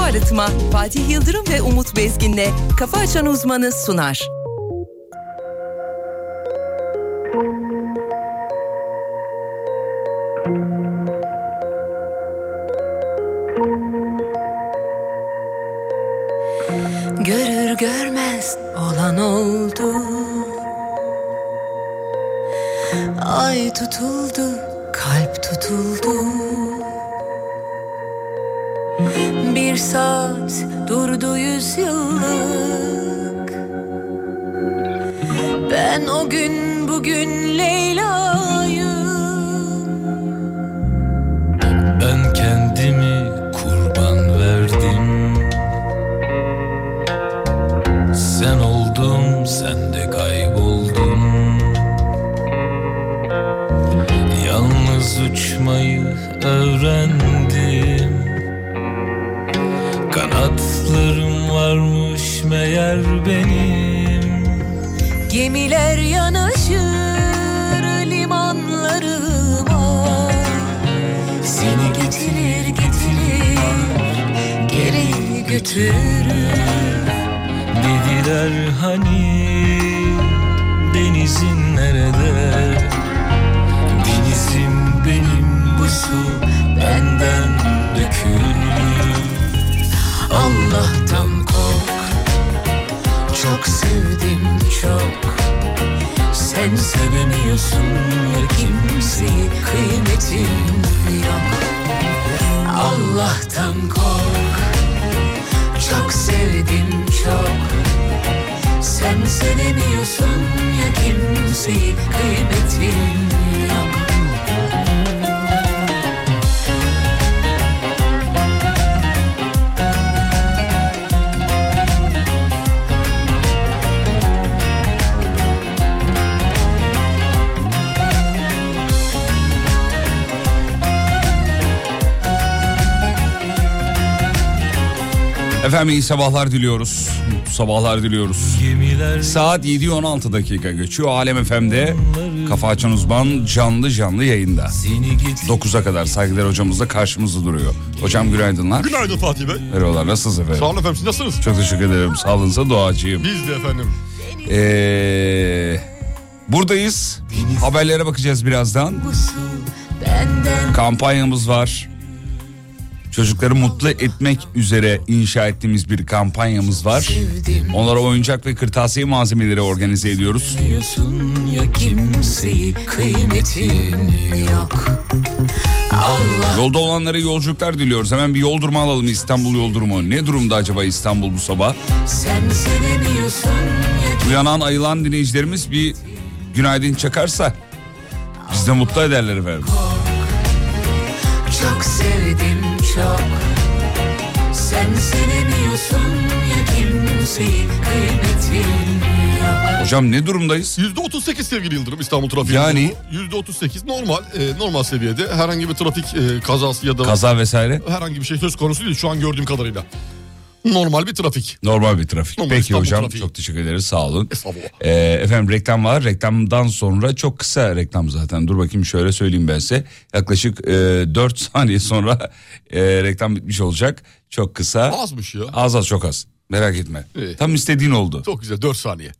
Arıtma Fatih Yıldırım ve Umut Bezgin'le Kafa Açan Uzmanı sunar. Görür görmez olan oldu Ay tutuldu, kalp tutuldu Bir saat durdu yüzyıllık Ben o gün bugün Leyla'yım Ben kendimi kurban verdim Sen oldum sen de kayboldum Yalnız uçmayı öğrendim Kanatlarım varmış meğer benim Gemiler yanaşır limanlarıma Seni getirir getirir geri götürür Dediler hani denizin nerede Denizim benim bu su benden dökülür Allah'tan kork çok sevdim çok Sen sevemiyorsun ya kimseyi kıymetin yok Allah'tan kork çok sevdim çok Sen sevemiyorsun ya kimseyi kıymetin yok Efendim iyi sabahlar diliyoruz. Mutlu sabahlar diliyoruz. Gemiler Saat 7'yi 16 dakika geçiyor. Alem FM'de Kafa Açan Uzman canlı canlı yayında. seni getir 9'a kadar saygılar hocamızla karşımızda duruyor. Hocam günaydınlar. Günaydın Fatih Bey. Merhabalar nasılsınız Sağ efendim? olun efendim siz nasılsınız? Çok teşekkür ederim. Sağlığınıza duacıyım. Biz de efendim. Ee, buradayız. Haberlere bakacağız birazdan. Kampanyamız var. Çocukları mutlu etmek üzere inşa ettiğimiz bir kampanyamız var. Onlara oyuncak ve kırtasiye malzemeleri organize ediyoruz. diyorsun ya kimseyi kıymetin yok Yolda olanlara yolculuklar diliyoruz. Hemen bir yol durumu alalım İstanbul yol durumu. Ne durumda acaba İstanbul bu sabah? Sen sevemiyorsun ya Uyanan ayılan dinleyicilerimiz bir günaydın çakarsa biz de mutlu ederler efendim. çok sevdim çok Sen sevemiyorsun ya kimseyi kıymetin yok Hocam ne durumdayız? %38 sevgili Yıldırım İstanbul trafiği. Yani? %38 normal, e, normal seviyede. Herhangi bir trafik e, kazası ya da Kaza vesaire. herhangi bir şey söz konusu değil şu an gördüğüm kadarıyla. Normal bir trafik. Normal bir trafik. Normal Peki İstanbul hocam trafiği. çok teşekkür ederiz sağ olun. Estağfurullah. Ee, efendim reklam var. Reklamdan sonra çok kısa reklam zaten. Dur bakayım şöyle söyleyeyim ben size. Yaklaşık e, 4 saniye sonra e, reklam bitmiş olacak. Çok kısa. Azmış ya. Az az çok az. Merak etme. İyi. Tam istediğin oldu. Çok güzel 4 saniye.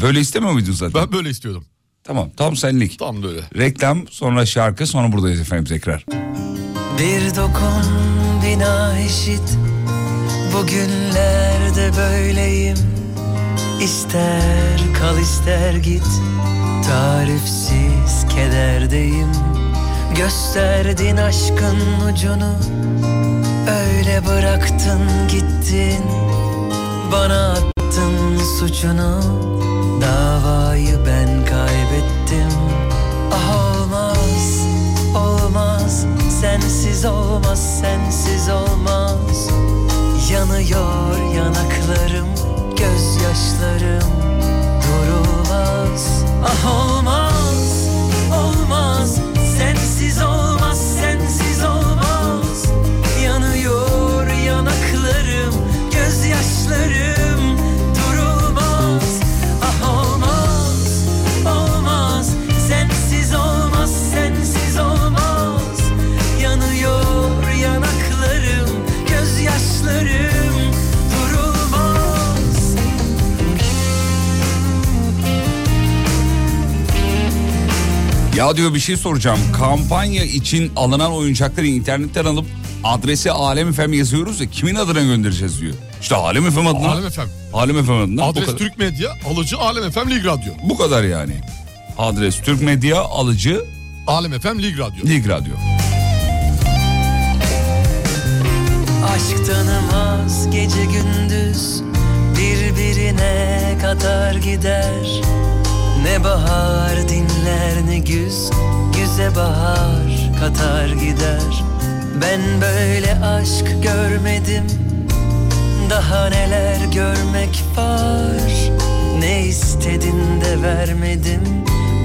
Böyle istemiyor muydun zaten? Ben böyle istiyordum. Tamam tam senlik. Tam böyle. Reklam sonra şarkı sonra buradayız efendim tekrar. Bir dokun bina eşit Bugünlerde böyleyim İster kal ister git Tarifsiz kederdeyim Gösterdin aşkın ucunu Öyle bıraktın gittin Bana attın suçunu Davayı ben kaybettim Ah olmaz, olmaz Sensiz olmaz, sensiz olmaz Yanıyor yanaklarım, gözyaşlarım durulmaz Ah olmaz, olmaz Sensiz olmaz, sensiz olmaz Yanıyor yanaklarım, gözyaşlarım durulmaz Ah olmaz, olmaz Sensiz olmaz, sensiz olmaz Yanıyor yanaklarım, gözyaşlarım Ya diyor bir şey soracağım. Kampanya için alınan oyuncakları internetten alıp adresi Alem FM yazıyoruz ya kimin adına göndereceğiz diyor. İşte Alem FM adına. Alem FM. Alem FM adına. bu Adres kadar, Türk Medya, alıcı Alem FM Lig Radyo. bu kadar yani. Adres Türk Medya alıcı Alem FM Lig Radyo. Lig Radyo. Aşk tanımaz gece gündüz Birbirine katar gider Ne bahar dinler ne güz Güze bahar katar gider Ben böyle aşk görmedim Daha neler görmek var Ne istedin de vermedim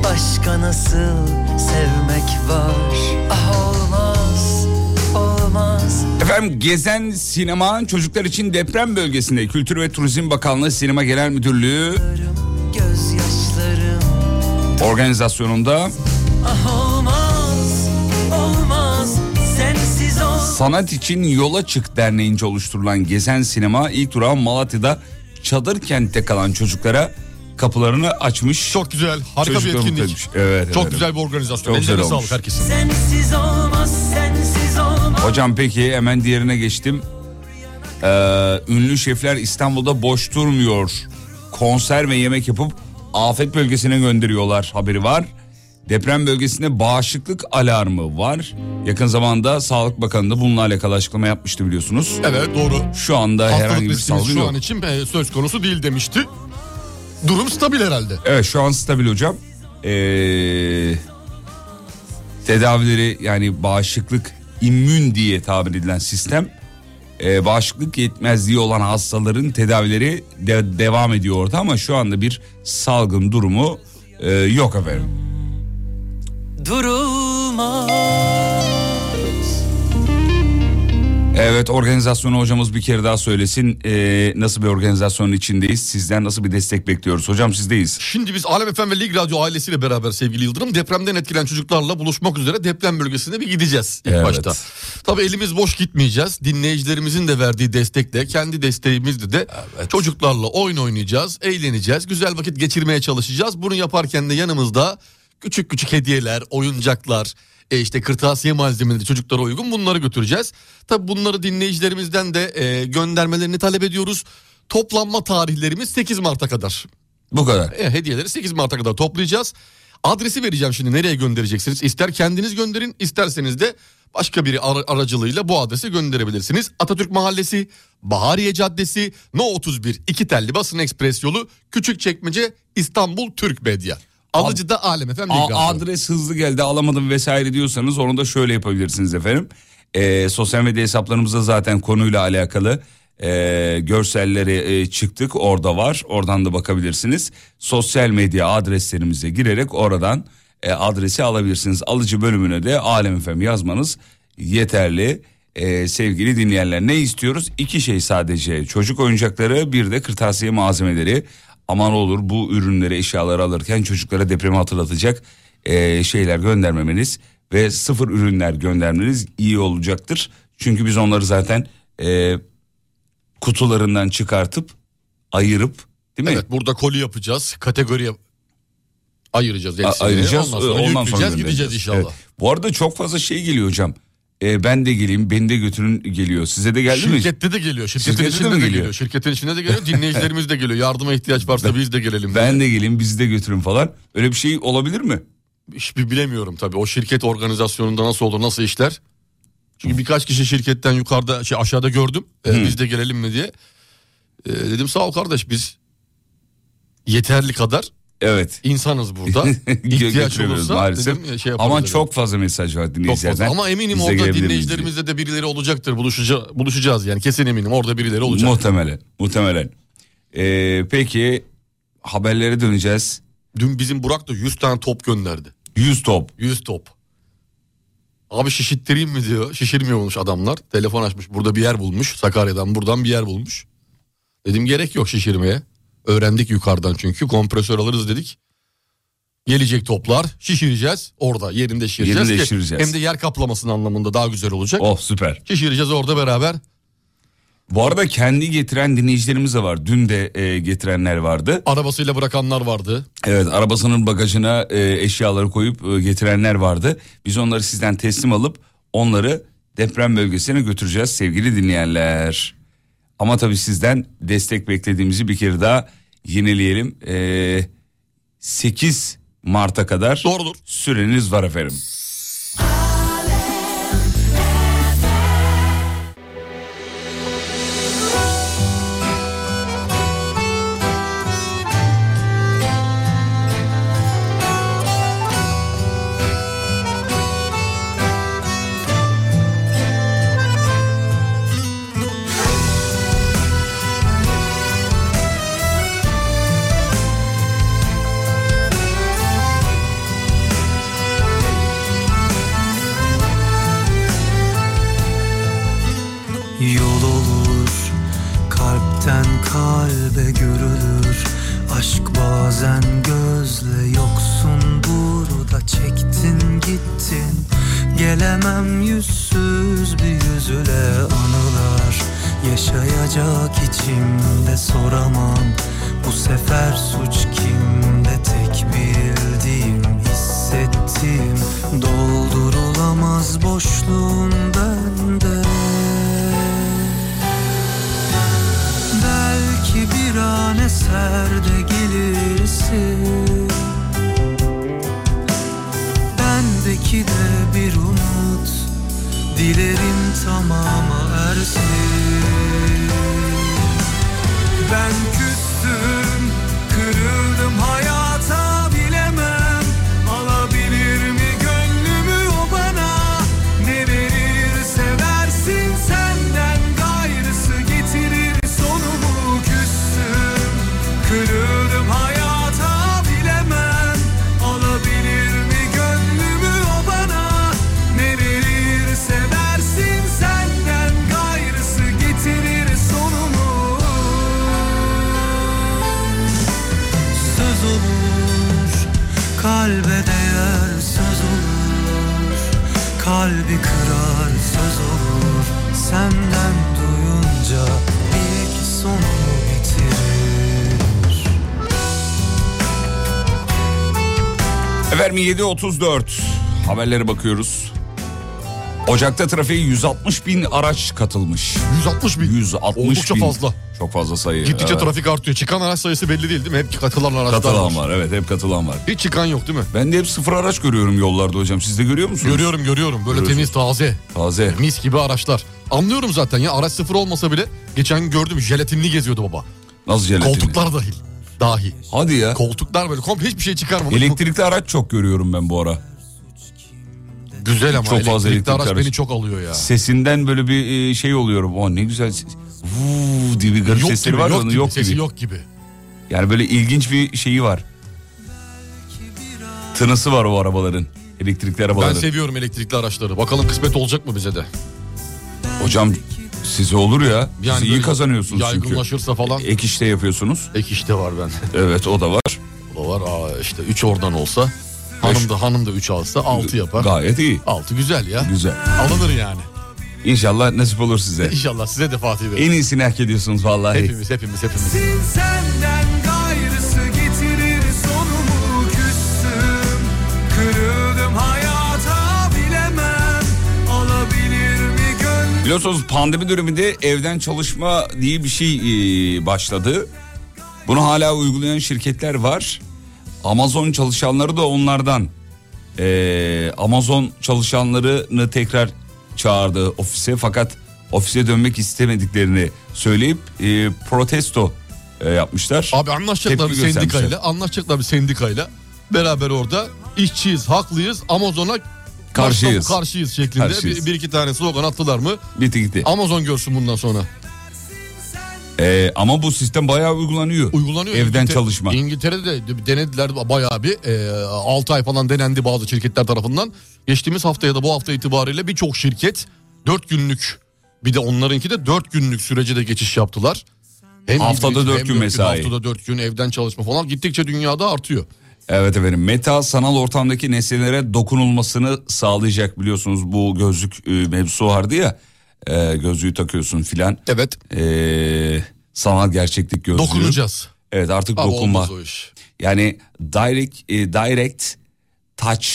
Başka nasıl sevmek var Ah olmaz, olmaz Efendim Gezen Sinema çocuklar için deprem bölgesinde Kültür ve Turizm Bakanlığı Sinema Genel Müdürlüğü Gözyaşlarım organizasyonunda Ah olmaz, olmaz Sensiz olmaz Sanat için Yola Çık Derneği'nce oluşturulan Gezen Sinema ilk durağı Malatya'da Çadır kentte kalan çocuklara kapılarını açmış. Çok güzel, harika bir Çocuklar etkinlik. mutlamış. Evet, Çok evet. güzel bir organizasyon. Çok güzel Ellerine olmuş. sağlık herkesin. Sensiz olmaz, sensiz olmaz Hocam peki hemen diğerine geçtim. Ee, ünlü şefler İstanbul'da boş durmuyor. Konser ve yemek yapıp afet bölgesine gönderiyorlar haberi var. Deprem bölgesinde bağışıklık alarmı var. Yakın zamanda Sağlık Bakanı da bununla alakalı açıklama yapmıştı biliyorsunuz. Evet doğru. Şu anda herhangi Hastalık bir riskimiz salgın şu yok. an için e, söz konusu değil demişti. Durum stabil herhalde. Evet şu an stabil hocam. Ee, tedavileri yani bağışıklık immün diye tabir edilen sistem e, bağışıklık yetmezliği olan hastaların tedavileri de- devam ediyor orada ama şu anda bir salgın durumu e, yok efendim. Durulmaz Evet organizasyonu hocamız bir kere daha söylesin E, nasıl bir organizasyonun içindeyiz sizden nasıl bir destek bekliyoruz hocam sizdeyiz. Şimdi biz Alem FM ve Lig Radyo ailesiyle beraber sevgili Yıldırım depremden etkilen çocuklarla buluşmak üzere deprem bölgesine bir gideceğiz ilk Evet. başta. Tabii elimiz boş gitmeyeceğiz. Dinleyicilerimizin de verdiği destekle kendi desteğimizle de çocuklarla oyun oynayacağız, eğleneceğiz, güzel vakit geçirmeye çalışacağız. Bunu yaparken de yanımızda küçük küçük hediyeler, oyuncaklar, e, işte kırtasiye malzemeleri çocuklara uygun bunları götüreceğiz. Tabii bunları dinleyicilerimizden de e, göndermelerini talep ediyoruz. Toplanma tarihlerimiz 8 Mart'a kadar. Bu kadar. E, hediyeleri 8 Mart'a kadar toplayacağız. Adresi vereceğim şimdi nereye göndereceksiniz. İster kendiniz gönderin isterseniz de başka biri ar- aracılığıyla bu adresi gönderebilirsiniz. Atatürk Mahallesi, Bahariye Caddesi, No 31, İki Telli Basın Ekspres Yolu, Küçükçekmece, İstanbul Türk Medya. Alıcı da Alem Efendim. A- adres hızlı geldi alamadım vesaire diyorsanız onu da şöyle yapabilirsiniz efendim. Ee, sosyal medya hesaplarımızda zaten konuyla alakalı e, görselleri e, çıktık orada var oradan da bakabilirsiniz. Sosyal medya adreslerimize girerek oradan e, adresi alabilirsiniz. Alıcı bölümüne de Alem Efem yazmanız yeterli. Ee, sevgili dinleyenler ne istiyoruz? İki şey sadece çocuk oyuncakları bir de kırtasiye malzemeleri. Aman olur bu ürünleri eşyaları alırken çocuklara depremi hatırlatacak ee, şeyler göndermemeniz ve sıfır ürünler göndermeniz iyi olacaktır. Çünkü biz onları zaten ee, kutularından çıkartıp ayırıp değil mi? Evet burada koli yapacağız. Kategoriye ayıracağız. A- hepsini. ayıracağız. e, Ondan sonra yükleyeceğiz gideceğiz göndereceğiz. inşallah. Evet. Bu arada çok fazla şey geliyor hocam. Ee, ben de geleyim, beni de götürün geliyor. Size de geldi mi? Şirkette de geliyor. Şirketin Şirkette de içinde mi de, geliyor. geliyor? Şirketin içinde de geliyor. Dinleyicilerimiz de geliyor. Yardıma ihtiyaç varsa biz de gelelim. Ben de geleyim bizi de götürün falan. Öyle bir şey olabilir mi? Hiçbir bilemiyorum tabii. O şirket organizasyonunda nasıl olur, nasıl işler? Çünkü birkaç kişi şirketten yukarıda, şey aşağıda gördüm. Ee, biz de gelelim mi diye. Ee, dedim sağ ol kardeş biz yeterli kadar Evet. insanız burada. İhtiyaç Götüremiyoruz olursa maalesef. dedim, şey yaparız Ama dedim. çok fazla mesaj var Çok fazla. dinleyicilerden. Ama eminim Bize orada gelebilir miyiz dinleyicilerimizde de birileri olacaktır. Buluşaca- buluşacağız yani kesin eminim. Orada birileri diye. olacak. Muhtemelen. Muhtemelen. Ee, peki haberlere döneceğiz. Dün bizim Burak da 100 tane top gönderdi. 100 top. 100 top. Abi şişittireyim mi diyor. Şişirmiyormuş adamlar. Telefon açmış. Burada bir yer bulmuş. Sakarya'dan buradan bir yer bulmuş. Dedim gerek yok şişirmeye. Öğrendik yukarıdan çünkü. Kompresör alırız dedik. Gelecek toplar. Şişireceğiz. Orada yerinde şişireceğiz. Yerinde ki şişireceğiz. Hem de yer kaplamasının anlamında daha güzel olacak. Oh süper. Şişireceğiz orada beraber. Bu arada kendi getiren dinleyicilerimiz de var. Dün de e, getirenler vardı. Arabasıyla bırakanlar vardı. Evet arabasının bagajına e, eşyaları koyup e, getirenler vardı. Biz onları sizden teslim alıp onları deprem bölgesine götüreceğiz sevgili dinleyenler. Ama tabii sizden destek beklediğimizi bir kere daha yenileyelim. E, 8 Mart'a kadar Doğrudur. süreniz var efendim. Yol olur kalpten kalbe görülür Aşk bazen gözle yoksun burada çektin gittin Gelemem yüzsüz bir yüzüle anılar Yaşayacak içimde soramam Bu sefer suç kimde tek bildiğim hissettiğim Doldurulamaz boşluğum bende Belki bir an eser de gelirsin Bendeki de bir umut Dilerim tamama ersin Ben küstüm, kırıldım hayata bilemem Alabilir mi gönlümü o bana Ne verirse versin senden gayrısı getirir sonumu Küstüm, kırıldım hayata bilemem Alabilir mi gönlümü o bana Ne verirse versin senden gayrısı getirir sonumu Söz olur kalbe değer söz olur Kalbi kırar söz olur senden duyunca bir sonumu bitirir Efendim 7.34 haberlere bakıyoruz. Ocak'ta trafiğe 160 bin araç katılmış. 160 bin. 160 Oldukça bin. fazla. Çok fazla sayı. Gittikçe evet. trafik artıyor. Çıkan araç sayısı belli değil değil mi? Hep katılan araçlar Katılan var. var evet hep katılan var. Hiç çıkan yok değil mi? Ben de hep sıfır araç görüyorum yollarda hocam. Siz de görüyor musunuz? Görüyorum görüyorum. Böyle Görüyorsun. temiz taze. Taze. Mis gibi araçlar. Anlıyorum zaten ya araç sıfır olmasa bile geçen gün gördüm jelatinli geziyordu baba. Nasıl jelatinli? Koltuklar dahil. Dahi. Hadi ya. Koltuklar böyle komple hiçbir şey çıkarmamış. Elektrikli araç çok görüyorum ben bu ara. Bu Güzel ama Çok fazla elektrikli araç, araç. beni çok alıyor ya. Sesinden böyle bir e, şey oluyorum. O ne güzel ses. Vuu diye bir garip Yok sesleri gibi, var. yok onun gibi, yok sesi gibi. yok gibi. Yani böyle ilginç bir şeyi var. Tınısı var o arabaların. Elektrikli Ben şey- arabaların. seviyorum elektrikli araçları. Bakalım kısmet olacak mı bize de? Hocam size olur ya. Yani Siz iyi böyle kazanıyorsunuz çünkü. E- Yaygınlaşırsa falan. Ek işte yapıyorsunuz. Ek işte var bende. Evet o da var. O da var. Aa, işte 3 oradan olsa. Hanım da hanım da 3 alsa 6 yapar. Gayet iyi. 6 güzel ya. Güzel. Alınır yani. İnşallah nasip olur size. İnşallah size de Fatih Bey. En iyisini hak ediyorsunuz vallahi. Hepimiz hepimiz hepimiz. Sin senden gayrısı getirir sonumu küstüm Kırıldım hayata bilemem Alabilir mi gönlüm Biliyorsunuz pandemi döneminde evden çalışma diye bir şey e, başladı. Bunu hala uygulayan şirketler var. Amazon çalışanları da onlardan. E, Amazon çalışanlarını tekrar çağırdı ofise fakat ofise dönmek istemediklerini söyleyip e, protesto e, yapmışlar. Abi anlaşacaklar bir Tepki göstermişler. sendikayla. Anlaşacaklar bir sendikayla. Beraber orada işçiyiz, haklıyız, Amazon'a Karşıyız. karşıyız şeklinde Karşıyız. E. Bir, bir iki tane slogan attılar mı? Bitti gitti. Amazon görsün bundan sonra. E, ama bu sistem bayağı uygulanıyor. Uygulanıyor. Evden İngiltere- çalışma. İngiltere'de de denediler bayağı bir. E, 6 ay falan denendi bazı şirketler tarafından. Geçtiğimiz haftaya da bu hafta itibariyle birçok şirket 4 günlük bir de onlarınki de 4 günlük sürece de geçiş yaptılar. Hem Haftada hibrit, dört hem gün mesai. Haftada 4 gün evden çalışma falan gittikçe dünyada artıyor. Evet efendim meta sanal ortamdaki nesnelere dokunulmasını sağlayacak biliyorsunuz bu gözlük e, mevzu vardı ya. e, gözlüğü takıyorsun filan. Evet. E, sanal gerçeklik gözlüğü. Dokunacağız. Evet artık Abi dokunma. olmaz o iş. Yani direct e, direct touch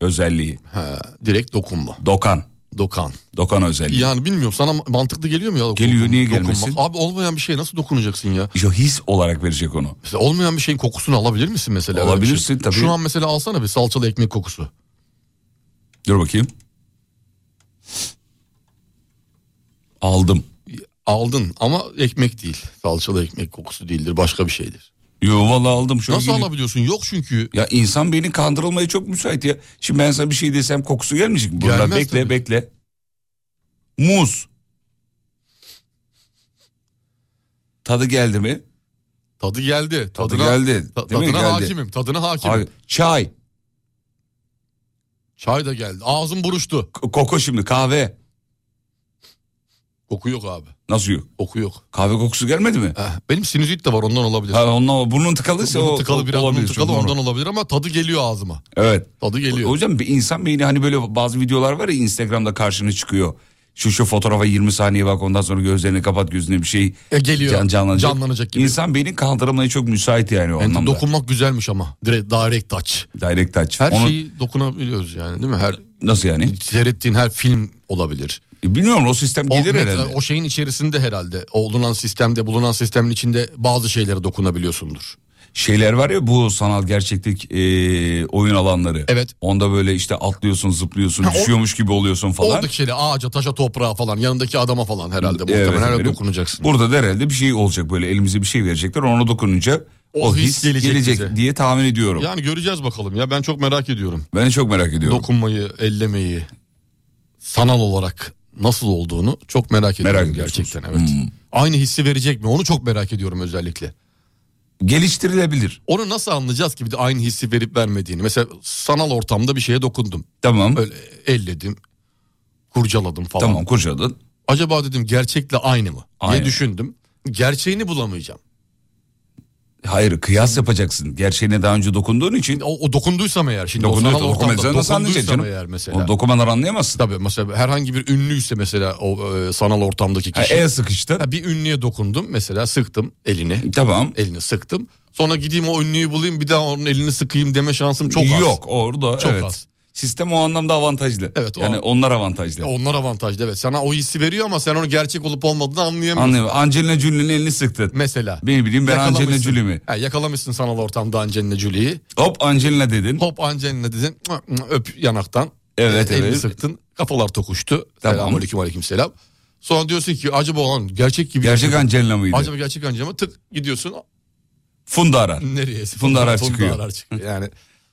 özelliği. Ha, direkt dokunma. Dokan. Dokan. Dokan özelliği. Yani bilmiyorum sana mantıklı geliyor mu ya? Geliyor, Dokun- niye dokunmak? gelmesin? Abi olmayan bir şeye nasıl dokunacaksın ya? Ya his olarak verecek onu. Mesela olmayan bir şeyin kokusunu alabilir misin mesela? öyle bir şey. Alabilirsin tabii. Şu an mesela alsana bir salçalı ekmek kokusu. Dur bakayım. Aldım. Aldın ama ekmek değil. Salçalı ekmek kokusu değildir başka bir şeydir. Yo valla aldım. Şöyle Nasıl geliyor. alabiliyorsun? Yok çünkü. Ya insan beyni kandırılmaya çok müsait ya. Şimdi ben sana bir şey desem kokusu gelmeyecek mi? Bunlar Gelmez bekle tabii. bekle. Muz. Tadı geldi mi? Tadı geldi. Tadı Tadına, geldi. ta- Değil mi? tadına Geldi. hakimim. Tadına hakimim. Abi, çay, Çay da geldi. Ağzım buruştu. k- koku şimdi kahve. Koku yok abi. Nasıl yok? Koku yok. Kahve kokusu gelmedi mi? Eh, benim sinüzit de var ondan olabilir. Ha, onunla, burnun tıkalıysa Bunun o, tıkalı o- biraz bunun olabilir, çok tıkalı normal. ondan olabilir ama tadı geliyor ağzıma. Evet. Tadı O geliyor. yüzden bir insan beyni hani böyle bazı videolar var ya Instagram'da karşına çıkıyor. Şu şu fotoğrafa 20 saniye bak ondan sonra gözlerini kapat gözüne bir şey E, geliyor. can- canlanacak. Canlanacak gibi. İnsan beyni kandırılmaya çok müsait yani o Yani anlamda. dokunmak güzelmiş ama. Direkt direct touch. Direct touch. Şey- Her Onu- şeyi dokunabiliyoruz yani değil mi? Her Nasıl yani? seyrettiğin her film olabilir. E, Bilmiyorum o sistem O, gelir mesela herhalde. o şeyin içerisinde herhalde o olunan sistemde bulunan sistemin içinde bazı şeylere dokunabiliyorsundur. Şeyler var ya bu sanal gerçeklik e, oyun alanları. Evet. Onda böyle işte atlıyorsun zıplıyorsun Ha, o- düşüyormuş gibi oluyorsun falan. Oradaki şeyle ağaca, taşa, toprağa falan yanındaki adama falan herhalde Evet muhtemelen öyle efendim. dokunacaksın. Burada da herhalde bir şey olacak böyle elimize bir şey verecekler ona dokununca o, O his, his gelecek, gelecek bize. diye tahmin ediyorum. Yani göreceğiz bakalım ya ben çok merak ediyorum. Ben de çok merak ediyorum. Dokunmayı, ellemeyi sanal olarak nasıl olduğunu çok merak Hmm. ediyorum Merak ediyorsunuz. gerçekten evet. Aynı hissi verecek mi onu çok merak ediyorum özellikle. Geliştirilebilir. Onu nasıl anlayacağız ki bir de aynı hissi verip vermediğini? Mesela sanal ortamda bir şeye dokundum. Tamam. Öyle elledim, kurcaladım falan. Tamam kurcaladın. Acaba dedim gerçekle aynı mı Aynı. diye düşündüm. Gerçeğini bulamayacağım. Hayır kıyas yapacaksın. Gerçeğine daha önce dokunduğun için. O, o dokunduysam eğer şimdi Dokunuyor o sanal tabii, ortamda dokunmayacaksın, nasıl dokunduysam anlayacaksın şey canım? eğer mesela. O dokumalar anlayamazsın. Tabii mesela herhangi bir ünlüyse mesela o e, sanal ortamdaki Ha, kişi. el sıkıştı. Ha, bir ünlüye dokundum mesela sıktım elini. Tamam. Elini sıktım. Sonra gideyim o ünlüyü bulayım bir daha onun elini sıkayım deme şansım çok az. Yok orada Çok evet. az. Sistem o anlamda avantajlı. Evet, o yani an- onlar avantajlı. Onlar avantajlı evet. Sana o hissi veriyor ama sen onu gerçek olup olmadığını anlayamıyorsun. Anlıyorum. Angelina Jolie'nin elini sıktı. Mesela. Ne bileyim ben Yakalamışsın. Angelina Jolie mi? Ha, yakalamışsın sanal ortamda Angelina Jolie'yi. Hop Angelina dedin. Hop Angelina dedin mıh, mıh, öp yanaktan. Evet, Ee, Elini evet. sıktın kafalar tokuştu. Tamam. Selam aleyküm aleyküm selam. Sonra diyorsun ki acaba olan gerçek gibi. Gerçek Angelina mıydı? Acaba gerçek Angelina mı? Tık gidiyorsun Funda Arar. nereye? Funda Arar çıkıyor. Arar çıkıyor. Yani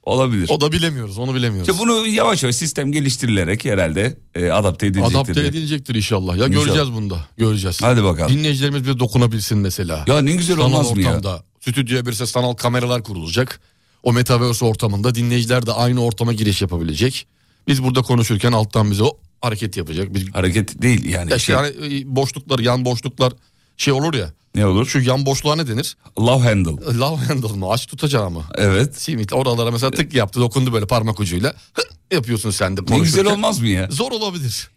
Olabilir. o da bilemiyoruz onu bilemiyoruz. İşte bunu yavaş yavaş sistem geliştirilerek herhalde e, adapte edilecektir. Adapte diye. edilecektir inşallah. Ya İnşallah. göreceğiz bunda. Göreceğiz. Hadi bakalım. Dinleyicilerimiz bir dokunabilsin mesela. Ya ne güzel sanal olmaz mı ya? ortamda. Stüdyoya bir ses sanal kameralar kurulacak. O metaverse ortamında dinleyiciler de aynı ortama giriş yapabilecek. Biz burada konuşurken alttan bize o hareket yapacak. Bir, Hareket değil yani. Ya şey, şey, yani e, boşluklar, yan boşluklar şey olur ya. Ne olur? Şu yan boşluğa ne denir? Love Handle. Love handle mı? Aç tutacağı mı? Evet. Simit oralara mesela tık yaptı dokundu böyle parmak ucuyla. Hı, yapıyorsun sen de Ne konuşurken. güzel olmaz mı ya? Zor olabilir.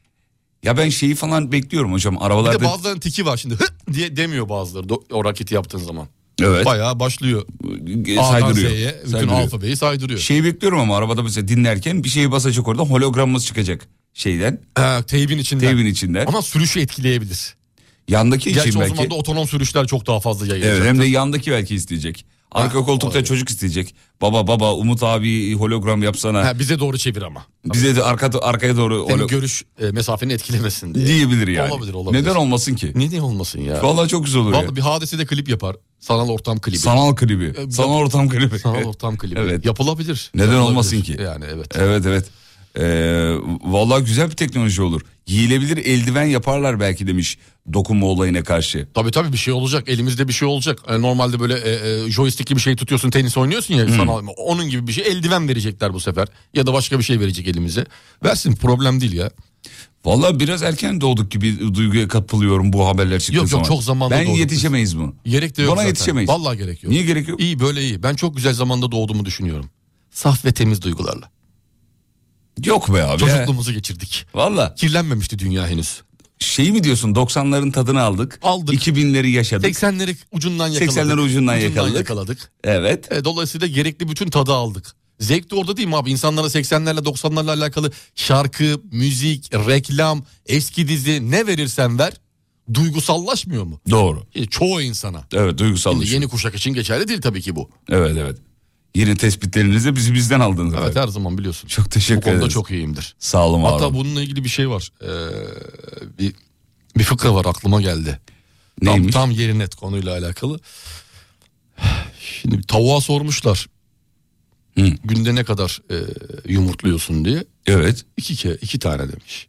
Ya ben şeyi falan bekliyorum hocam. Bir Arabalarda de bazılarının tiki var şimdi hı diye demiyor bazıları do- o raketi yaptığın zaman. evet. Bayağı başlıyor. e, A'dan saydırıyor. Z'ye bütün Saydırıyor. alfabeyi saydırıyor. Şeyi bekliyorum ama arabada mesela dinlerken bir şey basacak orada hologramımız çıkacak şeyden. Ha, teybin içinde. Teybin içinden. Ama sürüşü etkileyebilir. Yandaki Gerçi için o zaman belki. da otonom sürüşler çok daha fazla yayılacak. Evet, hem de yandaki belki isteyecek. Arka Ha, koltukta olabilir. çocuk isteyecek. Baba baba Umut abi hologram yapsana. Ha, bize doğru çevir ama. Bize de arka, arkaya doğru Senin holo- görüş e, mesafeni etkilemesin diye. diyebilir yani. Olabilir, olabilir. Neden olmasın ki? Ne diye olmasın ya? Vallahi çok güzel olur ya. Vallahi bir hadisede klip yapar. Sanal ortam klibi. Sanal klibi. E, sanal ortam klibi. Sanal ortam klibi. Evet. Yapılabilir. Neden Yapılabilir. olmasın ki? Yani evet. Evet evet. Ee, vallahi güzel bir teknoloji olur. Giyilebilir eldiven yaparlar belki demiş dokunma olayına karşı. Tabii tabii bir şey olacak. Elimizde bir şey olacak. E, Normalde böyle e, e, joystick gibi şey tutuyorsun tenis oynuyorsun Hmm. ya. Sanal, onun gibi bir şey. Eldiven verecekler bu sefer. Ya da başka bir şey verecek elimize. Versin problem değil ya. Vallahi biraz erken doğduk gibi duyguya kapılıyorum bu haberler çıktığı Yok, yok, zaman. çok zamanda Ben doğduk biz. yetişemeyiz bunu. Gerek de yok Bana zaten. yetişemeyiz. Vallahi gerek yok. Niye gerek yok? İyi böyle iyi. Ben çok güzel zamanda doğduğumu düşünüyorum. Saf ve temiz duygularla. Yok be abi. Çocukluğumuzu geçirdik. Valla Kirlenmemişti dünya henüz. şeyi şey mi diyorsun 90'ların tadını aldık. Aldık. 2000'leri yaşadık. 80'leri ucundan yakaladık. 80'leri ucundan yakaladık. yakaladık. Evet. E, dolayısıyla gerekli bütün tadı aldık. Zevk de orada değil mi abi? İnsanlara 80'lerle 90'larla alakalı şarkı, müzik, reklam, eski dizi ne verirsen ver duygusallaşmıyor mu? Doğru. E, çoğu insana. Evet duygusal. Şimdi yeni kuşak için geçerli değil tabii ki bu. Evet evet. Yeni tespitlerinizi bizi bizden aldınız. Evet, efendim. her zaman biliyorsun. Çok bu teşekkür konuda ederim. çok iyiyimdir. Sağ olun var Hatta olun. bununla ilgili bir şey var. Ee, bir bir fıkra var aklıma geldi. Neymiş? Tam, tam yeri net konuyla alakalı. Şimdi bir tavuğa sormuşlar. Hı. Günde ne kadar e, yumurtluyorsun diye. Evet. İki, ke, iki tane demiş.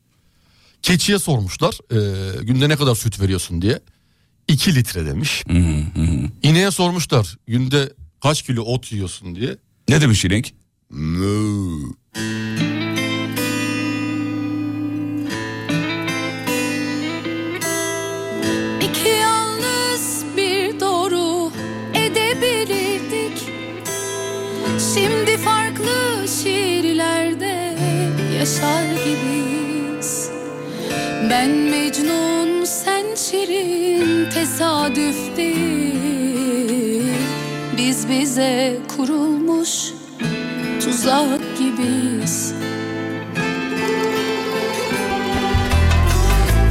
Keçiye sormuşlar. e, günde ne kadar süt veriyorsun diye. İki litre demiş. Hı hı hı. İneğe sormuşlar. Günde kaç kilo ot yiyorsun diye. Ne demiş İnek? Mö. İki yalnız bir doğru edebilirdik Şimdi farklı şiirlerde yaşar gibiyiz Ben Mecnun sen Şirin tesadüf değil Biz bize kurulmuş tuzak gibiyiz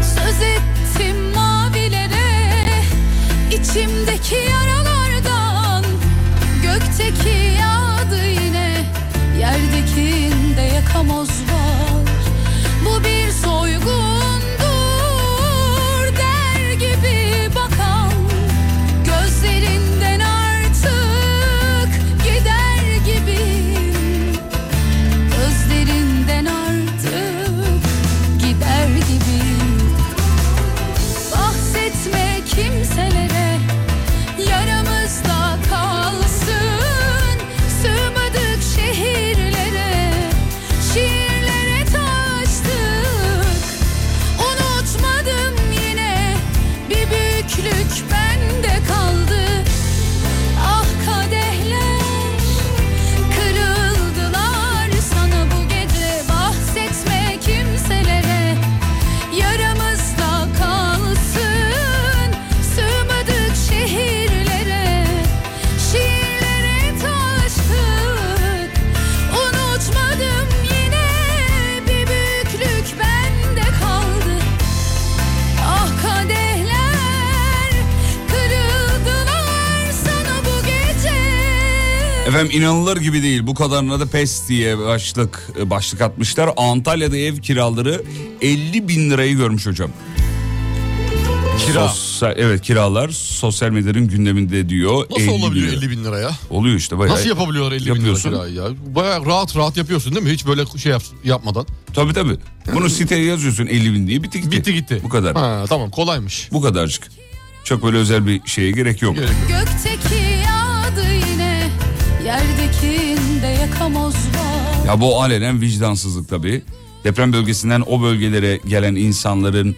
Söz ettim mavilere içimdeki yaralardan Gökteki yağdı yine Yerdekinde yakamoz var Bu bir soygundur Der gibi bakan Gözlerinden artık Gider gibiyim Gözlerinden artık gider gibi Bahsetme kimselere yaramızda kalsın Sığmadık şehirlere, şiirlere taştık Unutmadım yine bir büyüklük bende kaldı Ah kadehler kırıldılar sana bu gece bahsetme kimselere Yaramızda kalsın sığmadık şehirlere Şiirlere taştık unutmadım yine bir büyüklük bende kaldı Ah kadehler kırıldılar sana bu gece Efendim inanılır gibi değil. Bu kadarına da pes diye başlık e, başlık atmışlar. Antalya'da ev kiraları 50 bin lirayı görmüş hocam. Kira. Sosyal- evet kiralar sosyal medyanın gündeminde diyor. Nasıl 50 olabiliyor bin lira. 50 bin lira ya? Oluyor işte bayağı. Nasıl yapabiliyorlar 50 bin lira Yapıyorsun. kirayı ya? Baya rahat rahat yapıyorsun değil mi? Hiç böyle şey yap- yapmadan. Tabii tabii. Bunu siteye yazıyorsun 50 bin diye bitti gitti. Bitti gitti. Bu kadar. Ha, tamam kolaymış. Bu kadarcık. Çok böyle özel bir şeye gerek yok. Gerek yok. Gökteki yağdı yine Yerdekinde yakamoz var Ya bu alenen vicdansızlık tabii. Deprem bölgesinden o bölgelere gelen insanların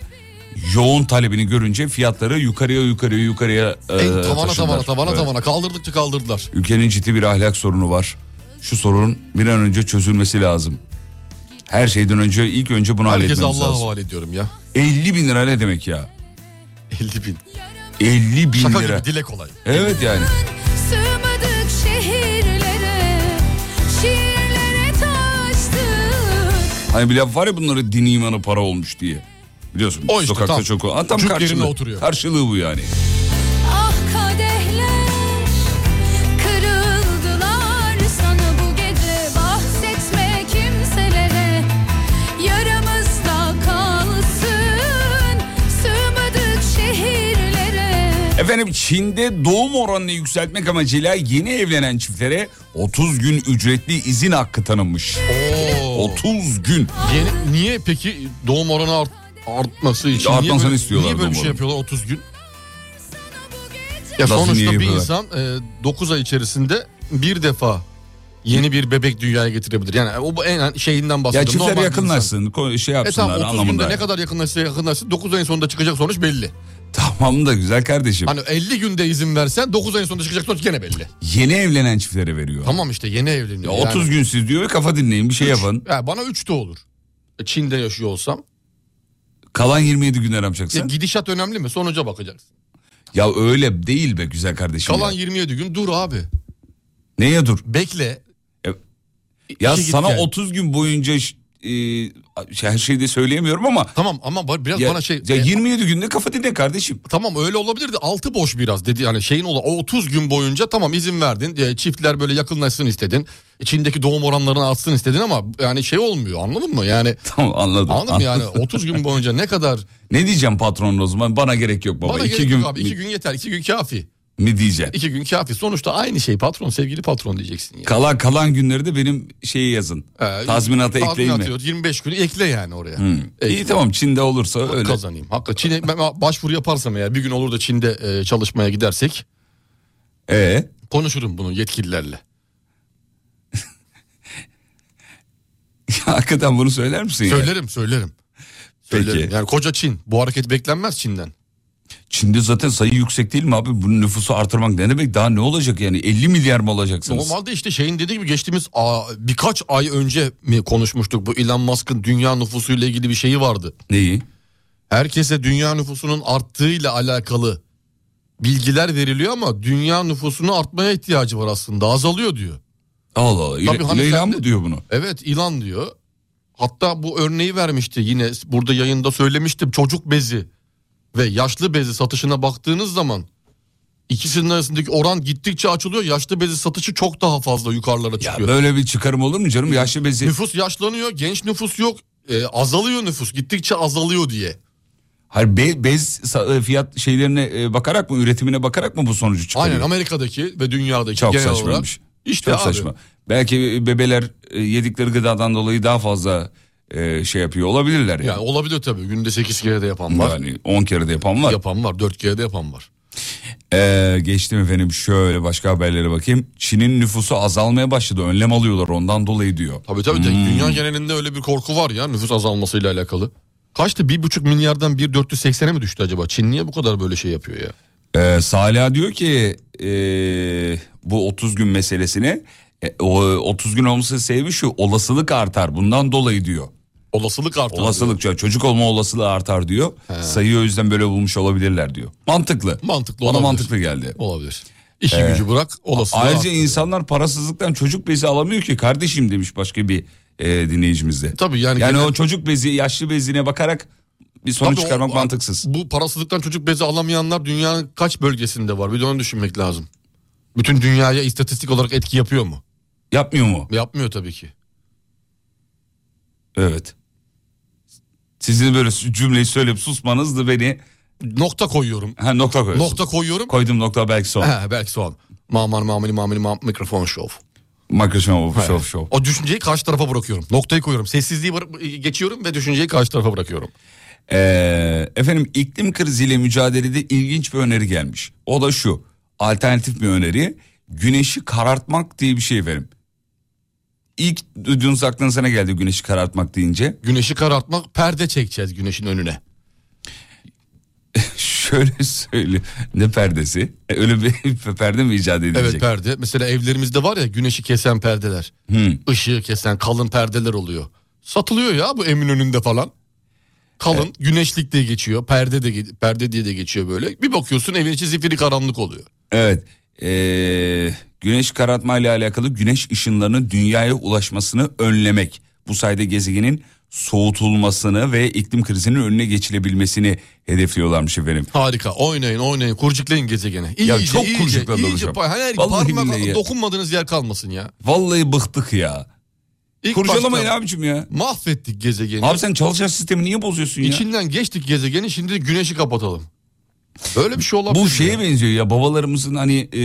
yoğun talebini görünce fiyatları yukarıya yukarıya yukarıya e, En tavana taşıdılar. tavana tavana Evet. tavana kaldırdıkça kaldırdılar. Ülkenin ciddi bir ahlak sorunu var. Şu sorun bir an önce çözülmesi lazım. Her şeyden önce ilk önce bunu Herkese halletmemiz Allah'a lazım. havale ediyorum ya. 50 bin lira ne demek ya? 50 bin. 50 bin Şaka lira. gibi dile kolay. Evet yani. Sığmadık şehirlere Şiirlere taştık Hani bir laf var ya bunları din imanı para olmuş diye. Biliyorsun O işte sokakta tam. çok o. Ha, tam Cuk yerine karşılığı. oturuyor. Karşılığı bu yani. Ah kadehler Kırıldılar sana bu gece Bahsetme kimselere Yaramızda kalsın Sığmadık şehirlere Efendim Çin'de doğum oranını yükseltmek amacıyla yeni evlenen çiftlere 30 gün ücretli izin hakkı tanınmış. Oo. 30 gün. Yeni- niye peki doğum oranı art- artması için? niye Artmasını böyle- istiyorlar Niye böyle doğum bir şey oranı. yapıyorlar 30 gün? Ya Nasıl niye sonuçta bir yapıyorlar? insan 9 ay içerisinde bir defa yeni bir bebek dünyaya getirebilir. Yani o bu en şeyinden Ya bahsediyorum. normal çiftler bir yakınlaşsın, ko- insan. şey E yapsınlar tamam 30 anlamında. günde ne kadar yakınlaşsa yakınlaşsın 9 ayın sonunda çıkacak sonuç belli. Tamam da güzel kardeşim. Hani 50 günde izin versen 9 ayın sonunda çıkacak sonuç gene belli. Yeni evlenen çiftlere veriyor. Tamam işte yeni evleniyor. Ya 30 yani. gün siz diyor kafa dinleyin bir şey Üç- yapın. Ya bana 3 de olur. E, Çin'de yaşıyor olsam Kalan 27 gün ne Ya yapacaksın? gidişat önemli mi? Sonuca bakacaksın. Ya öyle değil be güzel kardeşim. Kalan ya. 27 gün dur abi. Neye dur? Bekle. E, Ya İşe git sana gel. 30 gün boyunca ş- e, şey- her şeyi de söyleyemiyorum ama Tamam ama ba- biraz ya, bana şey... ya e, 27 günde kafa dinle kardeşim. Tamam öyle olabilirdi. Altı boş biraz dedi. Yani şeyin ola o 30 gün boyunca tamam izin verdin. E, çiftler böyle yakınlaşsın istedin. İçindeki doğum oranlarını artsın istedin ama yani şey olmuyor. Anladın mı? Yani Tamam anladım. anladın mı Anladım. yani 30 gün boyunca ne kadar Ne diyeceğim patronun o zaman? Bana gerek yok baba. bana 2 gerek gün, yok abi. iki mi- gün yeter. iki gün kafi. mi diyeceğim? iki gün kafi. Sonuçta aynı şey patron sevgili patron diyeceksin. Yani. Kalan kalan günleri de benim şeyi yazın. Ee, tazminata ekleyin mi? Hmm. tazminat yok. 25 günü ekle yani oraya. Ekle. İyi tamam Çin'de olursa öyle. Kazanayım. Hakikaten Çin'e ben başvuru yaparsam eğer bir gün olur da Çin'de e, çalışmaya gidersek Ee, konuşurum bunu yetkililerle. hakikaten bunu söyler misin? ya? Söylerim söylerim. Peki. Söylerim. Yani koca Çin. Bu hareket beklenmez Çin'den. Çin'de zaten sayı yüksek değil mi abi? Bunun nüfusu artırmak ne demek? Daha ne olacak yani? 50 milyar mı olacaksınız? Normalde işte şeyin dediği gibi geçtiğimiz aa, birkaç ay önce mi konuşmuştuk bu Elon Musk'ın dünya nüfusuyla ilgili bir şeyi vardı. Neyi? Herkese dünya nüfusunun arttığıyla alakalı bilgiler veriliyor ama dünya nüfusunu artmaya ihtiyacı var aslında azalıyor diyor. Allah Allah. Tabii hani Le- hanımefendi- Leyla mı diyor bunu? Evet ilan diyor. Hatta bu örneği vermişti yine burada yayında söylemiştim çocuk bezi ve yaşlı bezi satışına baktığınız zaman ikisinin arasındaki oran gittikçe açılıyor. Yaşlı bezi satışı çok daha fazla yukarılara Ya çıkıyor. böyle bir çıkarım olur mu canım? Yaşlı bezi. Nüfus yaşlanıyor, genç nüfus yok. Ee, azalıyor nüfus gittikçe azalıyor diye. Hayır be- bez sa- e, fiyat şeylerine e, bakarak mı üretimine bakarak mı bu sonucu çıkarıyor? Aynen Amerika'daki ve dünyadaki Çok genel saçmamış. olarak. İşte Çok abi, saçma. Belki bebeler e, yedikleri gıdadan dolayı daha fazla e, şey yapıyor olabilirler Yani yani. olabiliyor tabii. Günde 8 kere de yapan var. Yani 10 kere de yapan var. Yapan var. 4 kere de yapan var. Ee, geçtim efendim şöyle başka haberlere bakayım. Çin'in nüfusu azalmaya başladı. Önlem alıyorlar ondan dolayı diyor. Tabii tabii. Hmm. tek Dünya genelinde öyle bir korku var ya nüfus azalmasıyla alakalı. Kaçtı? 1,5 milyardan 1,480'e mi düştü acaba? Çin niye bu kadar böyle şey yapıyor ya? Ee, Salih diyor ki e, bu 30 gün meselesini e, o, 30 gün olması sebebi şu olasılık artar bundan dolayı diyor. Olasılık artıyor. Olasılıkça çocuk olma olasılığı artar diyor. Sayıyı o yüzden böyle bulmuş olabilirler diyor. Mantıklı. Mantıklı Bana olabilir. mantıklı geldi. Olabilir. İşi gücü bırak olasılığı Ee, Ayrıca artır. insanlar parasızlıktan çocuk bezi alamıyor ki kardeşim demiş başka bir e, dinleyicimiz de. Tabii yani Yani genel- o çocuk bezi, yaşlı bezine bakarak bir sonuç Tabii o- çıkarmak o- mantıksız. Bu parasızlıktan çocuk bezi alamayanlar dünyanın kaç bölgesinde var? Bir de onu düşünmek lazım. Bütün dünyaya istatistik olarak etki yapıyor mu? Yapmıyor mu? Yapmıyor tabii ki. Evet. Sizin böyle cümleyi söyleyip susmanız da beni Nokta koyuyorum. ha, nokta koyuyorsun. Nokta koyuyorum. Koydum nokta belki son. He, belki son. Mamar mamili mamili mam mikrofon şov. Microsoft show show. O düşünceyi karşı tarafa bırakıyorum. Noktayı koyuyorum. Sessizliği bıra- geçiyorum ve düşünceyi karşı tarafa bırakıyorum. Ee, efendim iklim kriziyle mücadelede ilginç bir öneri gelmiş. O da şu. Alternatif bir öneri. Güneşi karartmak diye bir şey efendim. İlk duyduğunuz aklınıza ne geldi güneşi karartmak deyince? Güneşi karartmak, perde çekeceğiz güneşin önüne. Şöyle söyle. Ne perdesi? E, Öyle bir perde mi icat edilecek? Evet perde. Mesela evlerimizde var ya güneşi kesen perdeler. Işığı kesen kalın perdeler oluyor. Satılıyor ya bu Eminönü'nde falan. Kalın güneşlik diye geçiyor. Perde de ge- perde diye de geçiyor böyle. Bir bakıyorsun evin içi zifiri karanlık oluyor. Evet. Ee, güneş karartma ile alakalı güneş ışınlarının dünyaya ulaşmasını önlemek. Bu sayede gezegenin soğutulmasını ve iklim krizinin önüne geçilebilmesini hedefliyorlarmış efendim. Harika. Oynayın oynayın. Kurcuklayın gezegeni. İyice, Ya çok iyice, kurcuklandı iyice, hocam. pa- her Vallahi billahi ya. parmak dokunmadığınız yer kalmasın ya. Vallahi bıktık ya. İlk Kurcalamayın başta abicim ya. Mahvettik gezegeni. Abi sen çalışan sistemi niye bozuyorsun ya? İçinden geçtik gezegeni şimdi güneşi kapatalım. Böyle bir şey olabilir. Bu mi şeye ya? benziyor ya babalarımızın hani e,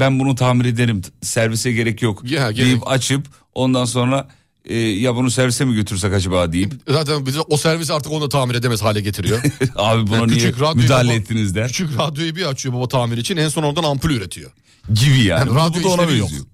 ben bunu tamir ederim t- servise gerek yok Ya, gerek- deyip açıp ondan sonra e, ya bunu servise mi götürsek acaba deyip Zaten bize o servis artık onu da tamir edemez hale getiriyor. abi buna Yani niye radyoyu müdahale baba- ettiniz der. Küçük radyoyu bir açıyor baba tamir için en son oradan ampul üretiyor. gibi yani. Yani Bu- radyo bu da ona işlevi yok. benziyor.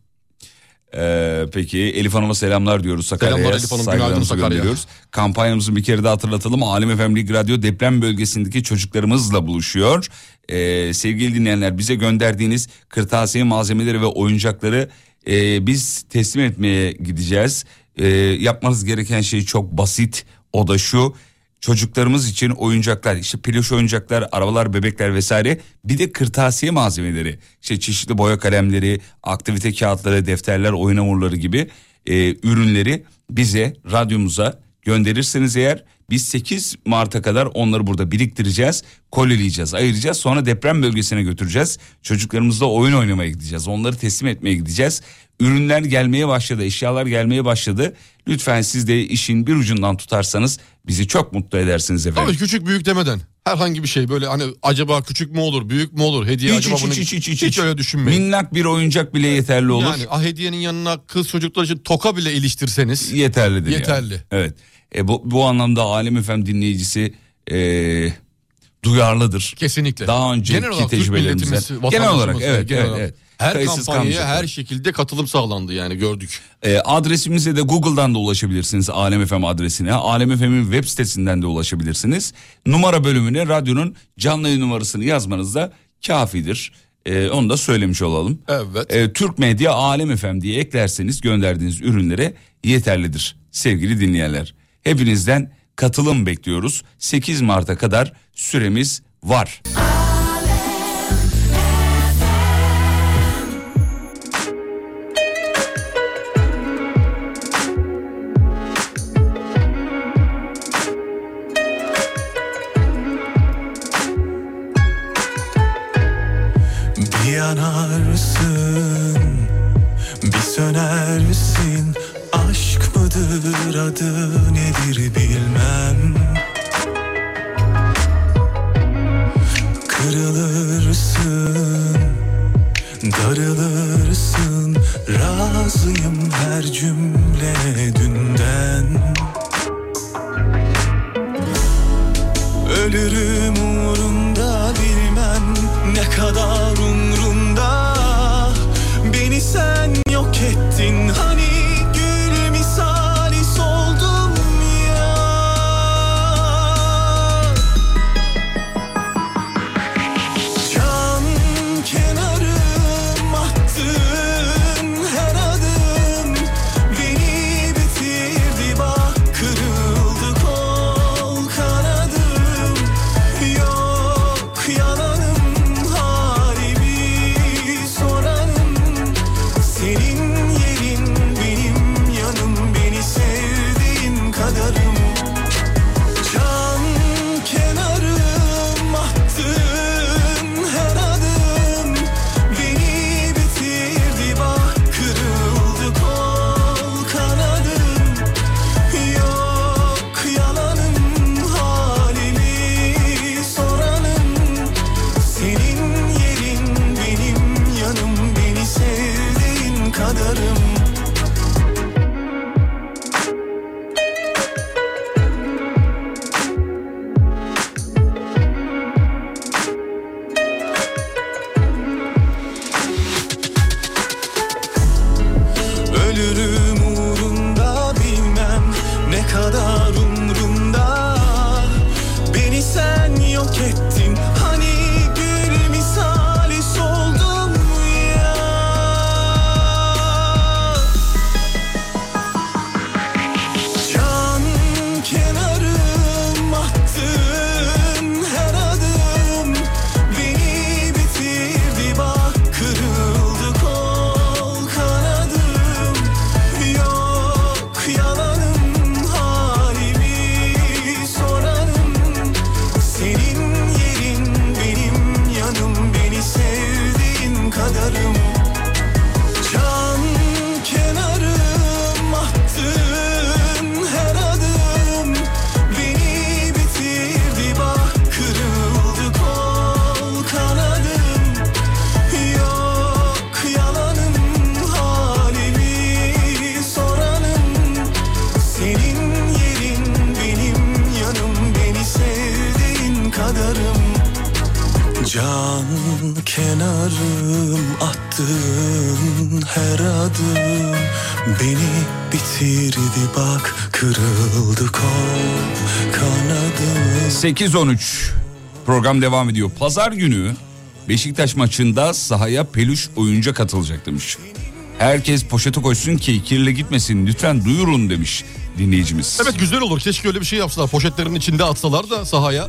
Ee, peki Elif Hanım'a selamlar diyoruz Sakarya'ya. Selamlar Elif Hanım, günaydın saygılarımızı Sakarya. gönderiyoruz. Kampanyamızı bir kere daha hatırlatalım. Alem Efendim Lig Radyo deprem bölgesindeki çocuklarımızla buluşuyor. Ee, sevgili dinleyenler bize gönderdiğiniz kırtasiye malzemeleri ve oyuncakları e, biz teslim etmeye gideceğiz. Ee, yapmanız gereken şey çok basit. O da şu çocuklarımız için oyuncaklar işte peluş oyuncaklar arabalar bebekler vesaire bir de kırtasiye malzemeleri işte çeşitli boya kalemleri aktivite kağıtları defterler oyun hamurları gibi e, ürünleri bize radyomuza gönderirseniz eğer biz 8 Mart'a kadar onları burada biriktireceğiz, koleleyeceğiz, ayıracağız. Sonra deprem bölgesine götüreceğiz. Çocuklarımızla oyun oynamaya gideceğiz. Onları teslim etmeye gideceğiz. Ürünler gelmeye başladı, eşyalar gelmeye başladı. Lütfen siz de işin bir ucundan tutarsanız bizi çok mutlu edersiniz efendim. Tabii küçük büyük demeden. Herhangi bir şey böyle hani acaba küçük mü olur, büyük mü olur, hediye Hiç, acaba hiç, bunu... hiç, hiç, hiç, hiç hiç. öyle düşünmeyin. Minnak bir oyuncak bile yeterli olur. Yani ah, hediyenin yanına kız çocuklar için toka bile iliştirseniz. Yeterlidir yani. Yeterli. Evet. E, bu, bu anlamda Alem Efem dinleyicisi e, duyarlıdır. Kesinlikle. Daha önceki genel olarak Türk tecrübelerimizden. milletimiz, Genel vatandaşımız, olarak, evet, evet, evet. Her Sayısız kampanyaya kalmayacak. her şekilde katılım sağlandı yani gördük. E, adresimize de Google'dan da ulaşabilirsiniz Alem FM adresine. Alem FM'in web sitesinden de ulaşabilirsiniz. Numara bölümüne radyonun canlı yayın numarasını yazmanız da kafidir. E, onu da söylemiş olalım. Evet. E, Türk Medya Alem FM diye eklerseniz gönderdiğiniz ürünlere yeterlidir sevgili dinleyenler. Hepinizden katılım bekliyoruz. 8 Mart'a kadar süremiz var. Bir yanarsın Bir sönersin Aşk mıdır adı nedir bilmem Kırılırsın Darılırsın Razıyım her cümle dünden Ölürüm uğrunda bilmem ne kadar umrunda Beni sen yok ettin hani gül misali soldum ya Can kenarım attığın her adım Beni bitirdi bak kırıldı kol kanadım Yok yalanım halimi soranım Senin yerin benim yanım beni sevdiğin kadarım Can kenarım attığın her adım Beni bitirdi bak kırıldı kol kanadım Yok yalanım halimi soranım Senin yerin benim yanım beni sevdiğin kadarım Ölürüm uğrunda bilmem ne kadar umrumda Beni sen yok ettin hani gül misali soldum ya Can kenarım attığın her adım Beni bitirdi bak kırıldı kol kanadım Yok yalanım halimi soranım Senin yerin benim yanım beni sevdiğin kadarım Can kenarım attığın her adım Beni bitirdi bak kırıldı kol kanadım Yok yalanım halimi soranım Senin yerin benim yanım beni sevdiğin kadarım Can kenarım attığın her adım Beni bitirdi bak kırıldı kol kanadım 8-13 program devam ediyor. Pazar günü Beşiktaş maçında sahaya peluş oyuncak atılacak demiş. Herkes poşete koysun ki kirli gitmesin lütfen duyurun demiş dinleyicimiz. Evet güzel olur. Keşke öyle bir şey yapsalar. Poşetlerin içinde atsalar da sahaya.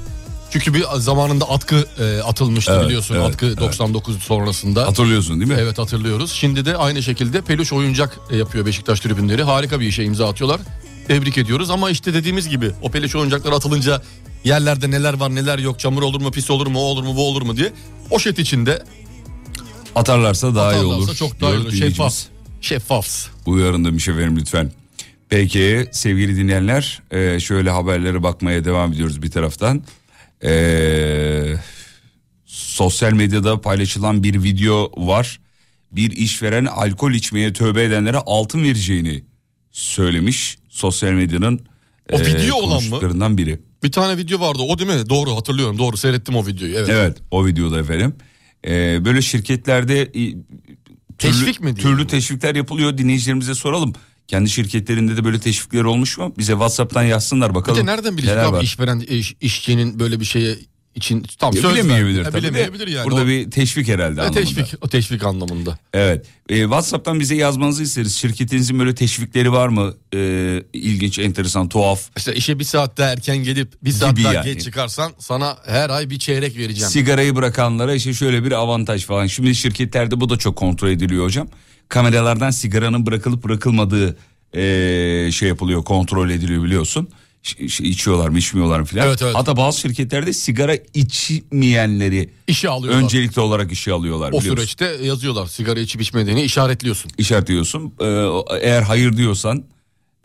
Çünkü bir zamanında atkı e, atılmıştı Evet, biliyorsun. evet, atkı evet. 99 sonrasında. Hatırlıyorsun değil mi? Evet hatırlıyoruz. Şimdi de aynı şekilde peluş oyuncak e, yapıyor Beşiktaş tribünleri. Harika bir işe imza atıyorlar. Tebrik ediyoruz ama işte dediğimiz gibi o peluş oyuncaklar atılınca yerlerde neler var neler yok çamur olur mu pis olur mu o olur mu bu olur mu diye poşet içinde Atarlarsa daha iyi atarlarsa olur. çok daha iyi diyor olur. dinleyicimiz. Şeffaf. Şeffaf. Bu uyarında bir şey verin lütfen. Peki sevgili dinleyenler e, şöyle haberlere bakmaya devam ediyoruz bir taraftan. E, sosyal medyada paylaşılan bir video var. Bir işveren alkol içmeye tövbe edenlere altın vereceğini söylemiş sosyal medyanın e, O video olan mı? konuştuklarından biri. Bir tane video vardı o değil mi? Doğru hatırlıyorum doğru seyrettim o videoyu. Evet. Evet o videoda efendim. Ee, böyle şirketlerde e, türlü, Teşvik mi diyelim? Türlü teşvikler yapılıyor dinleyicilerimize soralım. Kendi şirketlerinde de böyle teşvikler olmuş mu? Bize Whatsapp'tan yazsınlar Bir bakalım. de nereden bilecek neler abi var. işveren iş- işçinin böyle bir şeye için tam Ya, söz bilemeyebilir verdi. tabii E, de. bilemeyebilir yani. Burada O- bir teşvik herhalde e, anlamında. teşvik, o teşvik anlamında. Evet. Ee, Whatsapp'tan bize yazmanızı isteriz. Şirketinizin böyle teşvikleri var mı? Ee, ilginç, enteresan, tuhaf. İşte işe bir saat daha erken gelip bir saat Gibi daha yani. geç çıkarsan sana her ay bir çeyrek vereceğim. Sigarayı bırakanlara işte şöyle bir avantaj falan. Şimdi şirketlerde bu da çok kontrol ediliyor hocam. Kameralardan sigaranın bırakılıp bırakılmadığı eee, şey yapılıyor, kontrol ediliyor biliyorsun. Ş- ş- içiyorlar mı içmiyorlar mı filan. Evet, evet. Hatta bazı şirketlerde sigara içmeyenleri İşe alıyorlar. öncelikli olarak işe alıyorlar o biliyorsun. süreçte yazıyorlar sigara içip içmediğini işaretliyorsun. İşaretliyorsun. Ee, eğer hayır diyorsan,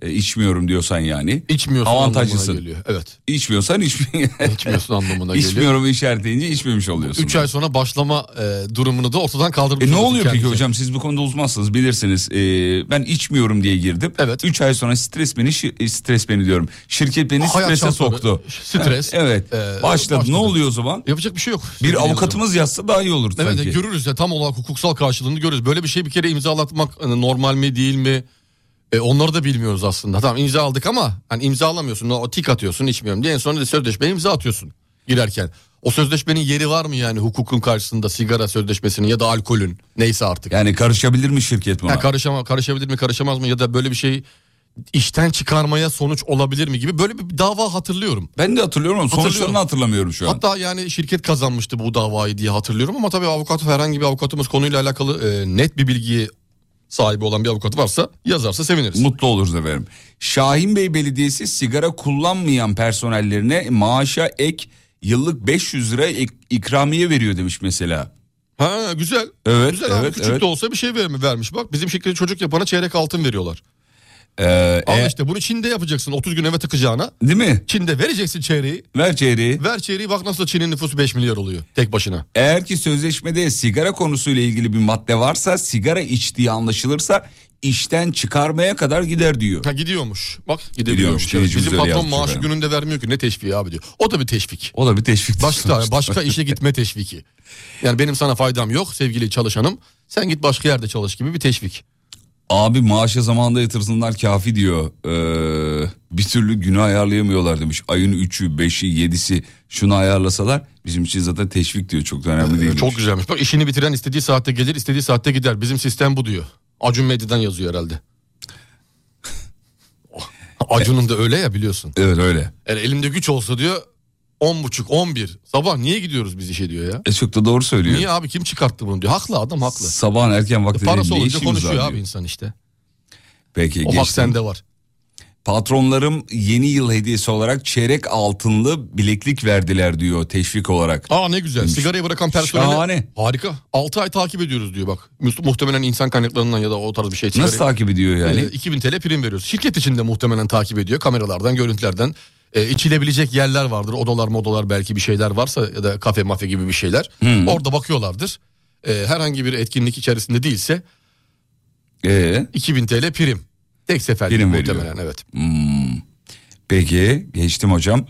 e, içmiyorum diyorsan yani. İçmiyorsun Avantajlısın. anlamına geliyor. Evet. İçmiyorsan içmi- İçmiyorsun anlamına geliyor. İçmiyorum işaretleyince içmemiş oluyorsun. 3 ay sonra başlama e, durumunu da ortadan kaldırmış. E ne oluyorsun oluyor peki kendisi. hocam siz bu konuda uzmansınız bilirsiniz. Ee, ben içmiyorum diye girdim. Evet. 3 ay sonra stres beni şi- e, stres beni diyorum. Şirket beni Hayat strese şartları, soktu. stres, Evet. e, başladı. Ne başladı. oluyor o zaman? Yapacak bir şey yok. Bir avukatımız yazsa daha iyi olur Evet sanki. görürüz ya tam olarak hukuksal karşılığını görürüz. Böyle bir şey bir kere imzalatmak hani normal mi değil mi? E, onları da bilmiyoruz aslında. Tamam imza aldık ama hani imzalamıyorsun. O tik atıyorsun içmiyorum diye en sonunda sözleşmeye imza atıyorsun girerken. O sözleşmenin yeri var mı yani hukukun karşısında sigara sözleşmesinin ya da alkolün neyse artık. Yani karışabilir mi şirket buna? Ha, karışama, karışabilir mi karışamaz mı ya da böyle bir şey işten çıkarmaya sonuç olabilir mi gibi böyle bir dava hatırlıyorum. ben de hatırlıyorum ama sonuçlarını Hatırlıyorum. hatırlamıyorum şu an. Hatta yani şirket kazanmıştı bu davayı diye hatırlıyorum ama tabii avukat herhangi bir avukatımız konuyla alakalı e, net bir bilgiye sahibi olan bir avukat varsa yazarsa seviniriz. Mutlu oluruz efendim. Şahin Bey Belediyesi sigara kullanmayan personellerine maaşa ek yıllık 500 lira ek- ikramiye veriyor demiş mesela. ha güzel. Evet, güzel abi evet, küçük evet. de olsa bir şey vermi- vermiş. Bak bizim şirkette çocuk yapana çeyrek altın veriyorlar. Ee, Al e- işte bunu Çin'de yapacaksın 30 gün eve tıkacağına. değil mi? Çin'de vereceksin çeyreği. Ver çeyreği. Ver çeyreği bak nasıl Çin'in nüfusu 5 milyar oluyor tek başına. Eğer ki sözleşmede sigara konusuyla ilgili bir madde varsa sigara içtiği anlaşılırsa işten çıkarmaya kadar gider diyor. Ha gidiyormuş. Bak Gidiyormuş, gidiyormuş. Evet, dinleyicimiz Bizim öyle patron yazmış maaşı efendim. gününde vermiyor ki ne teşviği abi diyor. O da bir teşvik. O da bir teşvik. Başka başka işe gitme teşviki. Yani benim sana faydam yok sevgili çalışanım. Sen git başka yerde çalış gibi bir teşvik. Abi maaşa zamanında yatırsınlar kafi diyor. Ee, bir türlü günü ayarlayamıyorlar demiş. Ayın 3'ü, 5'i, 7'si şunu ayarlasalar bizim için zaten teşvik diyor. Çok da önemli değil. Ee, Çok güzelmiş. Bak işini bitiren istediği saatte gelir, istediği saatte gider. Bizim sistem bu diyor. Acun Medya'dan yazıyor herhalde. Acun'un da öyle ya biliyorsun. Evet öyle. Yani elimde güç olsa diyor 10 buçuk 11 sabah niye gidiyoruz biz işe diyor ya. E çok da doğru söylüyor. Niye abi kim çıkarttı bunu diyor. Haklı adam haklı. Sabahın erken vakti Parası değil, ne olunca işimiz var konuşuyor diyor. abi insan işte. Peki O hak geçtim. sende var. Patronlarım yeni yıl hediyesi olarak çeyrek altınlı bileklik verdiler diyor teşvik olarak. Aa ne güzel. Sigarayı bırakan personele Şahane. harika. 6 ay takip ediyoruz diyor bak. Mu- Muhtemelen insan kaynaklarından ya da o tarz bir şey çıkarıyor. Nasıl takip ediyor yani? Ee, 2000 TL prim veriyoruz. Şirket içinde muhtemelen takip ediyor kameralardan, görüntülerden. Ee, içilebilecek yerler vardır. Odalar modalar belki bir şeyler varsa ya da kafe mafe gibi bir şeyler. Orada bakıyorlardır. Ee, herhangi bir etkinlik içerisinde değilse Ee, 2000 TL prim. Tek seferlik Prim veriyor. muhtemelen evet. peki geçtim hocam.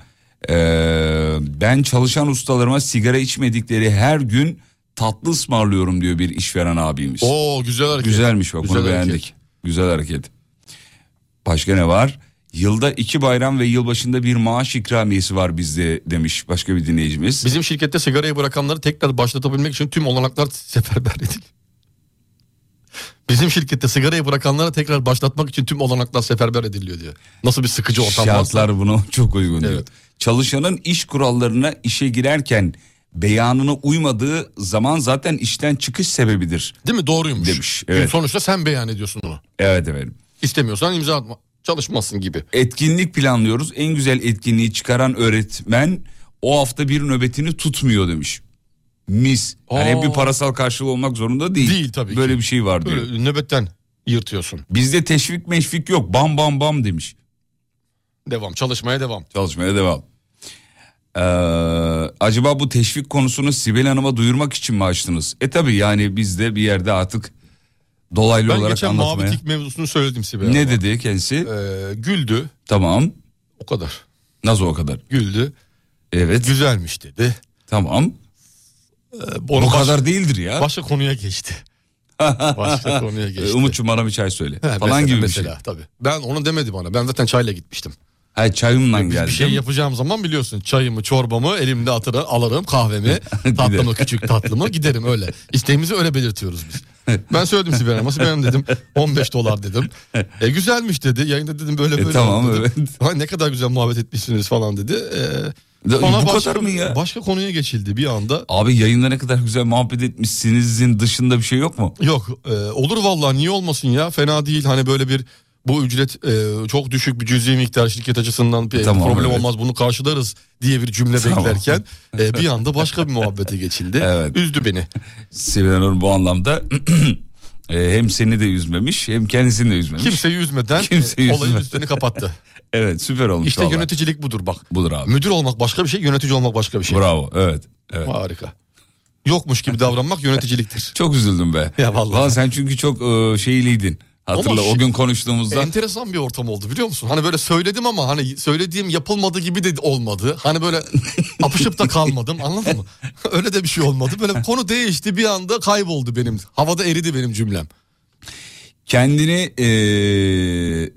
Ee, ben çalışan ustalarıma sigara içmedikleri her gün tatlı ısmarlıyorum diyor bir işveren abimiz. Oo güzel hareket. Güzelmiş bak bunu Güzel hareket. beğendik. Güzel hareket. Başka ne var? Yılda iki bayram ve yılbaşında bir maaş ikramiyesi var bizde demiş başka bir dinleyicimiz. Bizim şirkette sigarayı bırakanları tekrar başlatabilmek için tüm olanaklar seferber edildi. Bizim şirkette sigarayı bırakanlara tekrar başlatmak için tüm olanaklar seferber ediliyor diyor. Nasıl bir sıkıcı ortam varsa. Şartlar buna çok uygun diyor. Evet. Çalışanın iş kurallarına işe girerken beyanına uymadığı zaman zaten işten çıkış sebebidir. Değil mi? Doğruymuş. Demiş, Çünkü evet. Sonuçta sen beyan ediyorsun onu. Evet efendim. İstemiyorsan imza atma. Çalışmazsın gibi. Etkinlik planlıyoruz. En güzel etkinliği çıkaran öğretmen o hafta bir nöbetini tutmuyor demiş. Mis. Yani Aa. hep bir parasal karşılığı olmak zorunda değil. Değil tabii ki. Böyle bir şey var diyor. Böyle nöbetten yırtıyorsun. Bizde teşvik meşvik yok. Bam bam bam demiş. Devam. Çalışmaya devam. Çalışmaya devam. Ee, acaba bu teşvik konusunu Sibel Hanım'a duyurmak için mi açtınız? E tabi yani biz de bir yerde artık dolaylı Ben olarak geçen anlatmaya. mavi tik mevzusunu söyledim Sibel Ne Hanım'a. dedi kendisi? Ee, güldü. Tamam. O kadar. Nasıl o kadar? Güldü. Evet. Güzelmiş dedi. Tamam. Ee, Bu onu baş- kadar değildir ya. Başka konuya geçti. Başka konuya geçti. Ee, Umut'cum bana bir çay söyle. He, falan mesela- gibi bir şey. mesela, Tabii. Ben onu demedi bana. Ben zaten çayla gitmiştim. Ha, çayımla geldim. Bir şey yapacağım zaman biliyorsun çayımı, çorbamı elimde atarım, alırım kahvemi, tatlımı, küçük tatlımı giderim öyle. İsteğimizi öyle belirtiyoruz biz. Ben söyledim Sibel Hanım'a, Sibel Hanım dedim 15 dolar dedim. E güzelmiş dedi, yayında dedim böyle E, böyle. tamam, oldu dedim. evet. "Vay, ne kadar güzel muhabbet etmişsiniz falan dedi. E, Da- sonra bu başka- kadar mı ya? Başka konuya geçildi bir anda. Abi yayında ne kadar güzel muhabbet etmişsinizin dışında bir şey yok mu? Yok e, olur vallahi niye olmasın ya fena değil hani böyle bir bu ücret e, çok düşük bir cüzi miktar şirket açısından bir Tamam, problem evet. olmaz bunu karşılarız diye bir cümle Tamam. beklerken e, bir anda başka bir muhabbete geçildi. Evet. Üzdü beni. Sibel Hanım bu anlamda e, hem seni de üzmemiş hem kendisini de üzmemiş. Kimseyi üzmeden Kimseyi e, olayın üzmeden. üstünü kapattı. Evet süper olmuş İşte vallahi. yöneticilik budur bak. Budur abi. Müdür olmak başka bir şey yönetici olmak başka bir şey. Bravo evet. evet. Harika. Yokmuş gibi davranmak yöneticiliktir. Çok üzüldüm be. Ya vallahi. sen çünkü çok e, şeyliydin. Hatırla Ama o şey- gün konuştuğumuzda. Enteresan bir ortam oldu biliyor musun? Hani böyle söyledim ama hani söylediğim yapılmadı gibi de olmadı. Hani böyle apışıp da kalmadım anladın mı? Öyle de bir şey olmadı. Böyle konu değişti bir anda kayboldu benim. Havada eridi benim cümlem. Kendini e,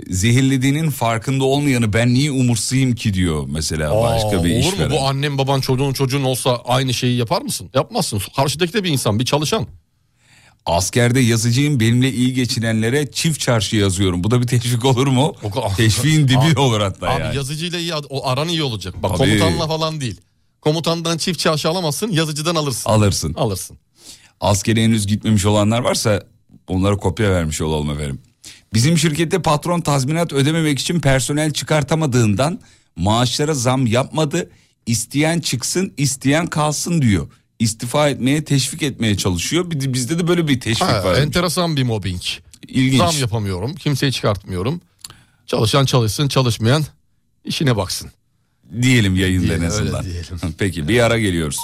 zehirlediğinin farkında olmayanı ben niye umursayayım ki diyor mesela başka bir Aa, Olur işveren. mu bu annem baban çocuğun çocuğun olsa aynı şeyi yapar mısın? Yapmazsın. Karşıdaki de bir insan bir çalışan. Askerde yazıcıyım benimle iyi geçinenlere çift çarşı yazıyorum. Bu da bir teşvik olur mu? O ka- Teşviğin dibi Abi- olur hatta Abi yani. yazıcıyla iyi ad- o aran iyi olacak. Bak Tabii. komutanla falan değil. Komutandan çift çarşı alamazsın yazıcıdan alırsın. Alırsın. alırsın. askere henüz gitmemiş olanlar varsa onlara kopya vermiş olalım efendim. Bizim şirkette patron tazminat ödememek için personel çıkartamadığından maaşlara zam yapmadı. İsteyen çıksın, isteyen kalsın diyor. İstifa etmeye teşvik etmeye çalışıyor. Bir de- Bizde de böyle bir teşvik Ha, var. enteresan bir mobbing. İlginç. Zam yapamıyorum. Kimseyi çıkartmıyorum. Çalışan çalışsın, çalışmayan işine baksın. diyelim yayında Diyelim, en öyle azından. diyelim. Peki bir ara geliyoruz.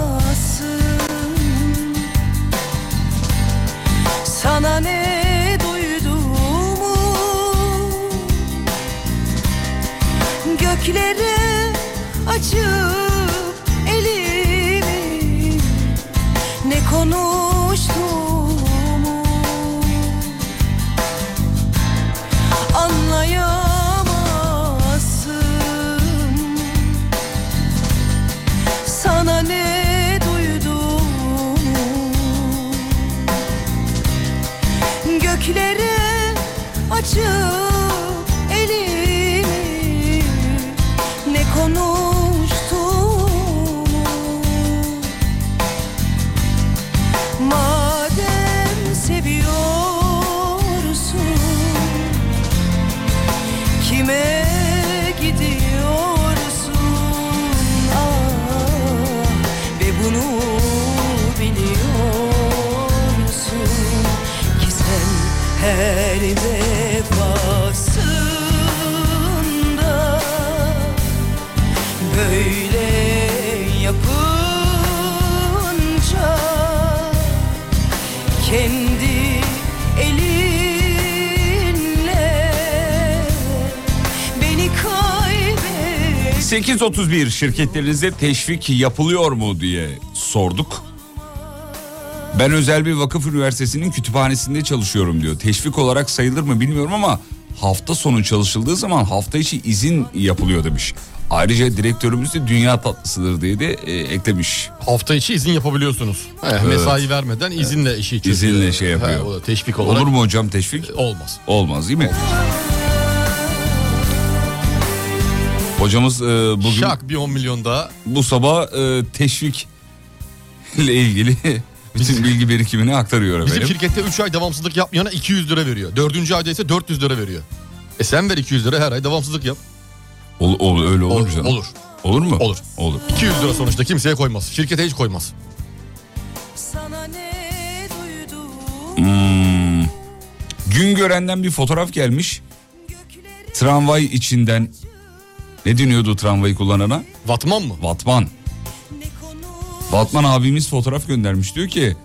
anlayamazsın Sana ne duyduğumu Göklere açıp elimi Ne konuştuğumu Anlayamazsın sana ne duydum Göklere açıp elimi Ne konuştum Madem seviyorsun Kime gidiyorsun ah Ve bunu biliyorsun Ki sen her defasında Böyle yapınca kendi elinle beni kaybet 8.31 şirketlerinizde teşvik yapılıyor mu diye sorduk. Ben özel bir vakıf üniversitesinin kütüphanesinde çalışıyorum diyor. Teşvik olarak sayılır mı bilmiyorum ama hafta sonu çalışıldığı zaman hafta içi izin yapılıyor demiş. Ayrıca direktörümüz de dünya tatlısıdır diye de e, eklemiş. Hafta içi izin yapabiliyorsunuz. He, Mesai vermeden izinle işi çözüyor. İzinle şey He, yapıyor. o da teşvik olarak. Olur mu hocam teşvik? Olmaz. Olmaz değil mi? Hocamız e, bugün Şak bir 10 milyon daha. bu sabah e, teşvik ile ilgili bütün bilgi birikimini aktarıyor Bizim efendim. şirkette 3 ay devamsızlık yapmayana 200 lira veriyor. 4. ayda ise 400 lira veriyor. E sen ver 200 lira her ay devamsızlık yap. Ol, ol- öyle olur, Olur, mu canım? olur. Olur mu? Olur. Olur. 200 lira sonuçta kimseye koymaz. Şirkete hiç koymaz. Sana ne duydum Gün görenden bir fotoğraf gelmiş. Tramvay içinden ne deniyordu tramvayı kullanana? Vatman mı? Vatman. Vatman abimiz fotoğraf göndermiş diyor ki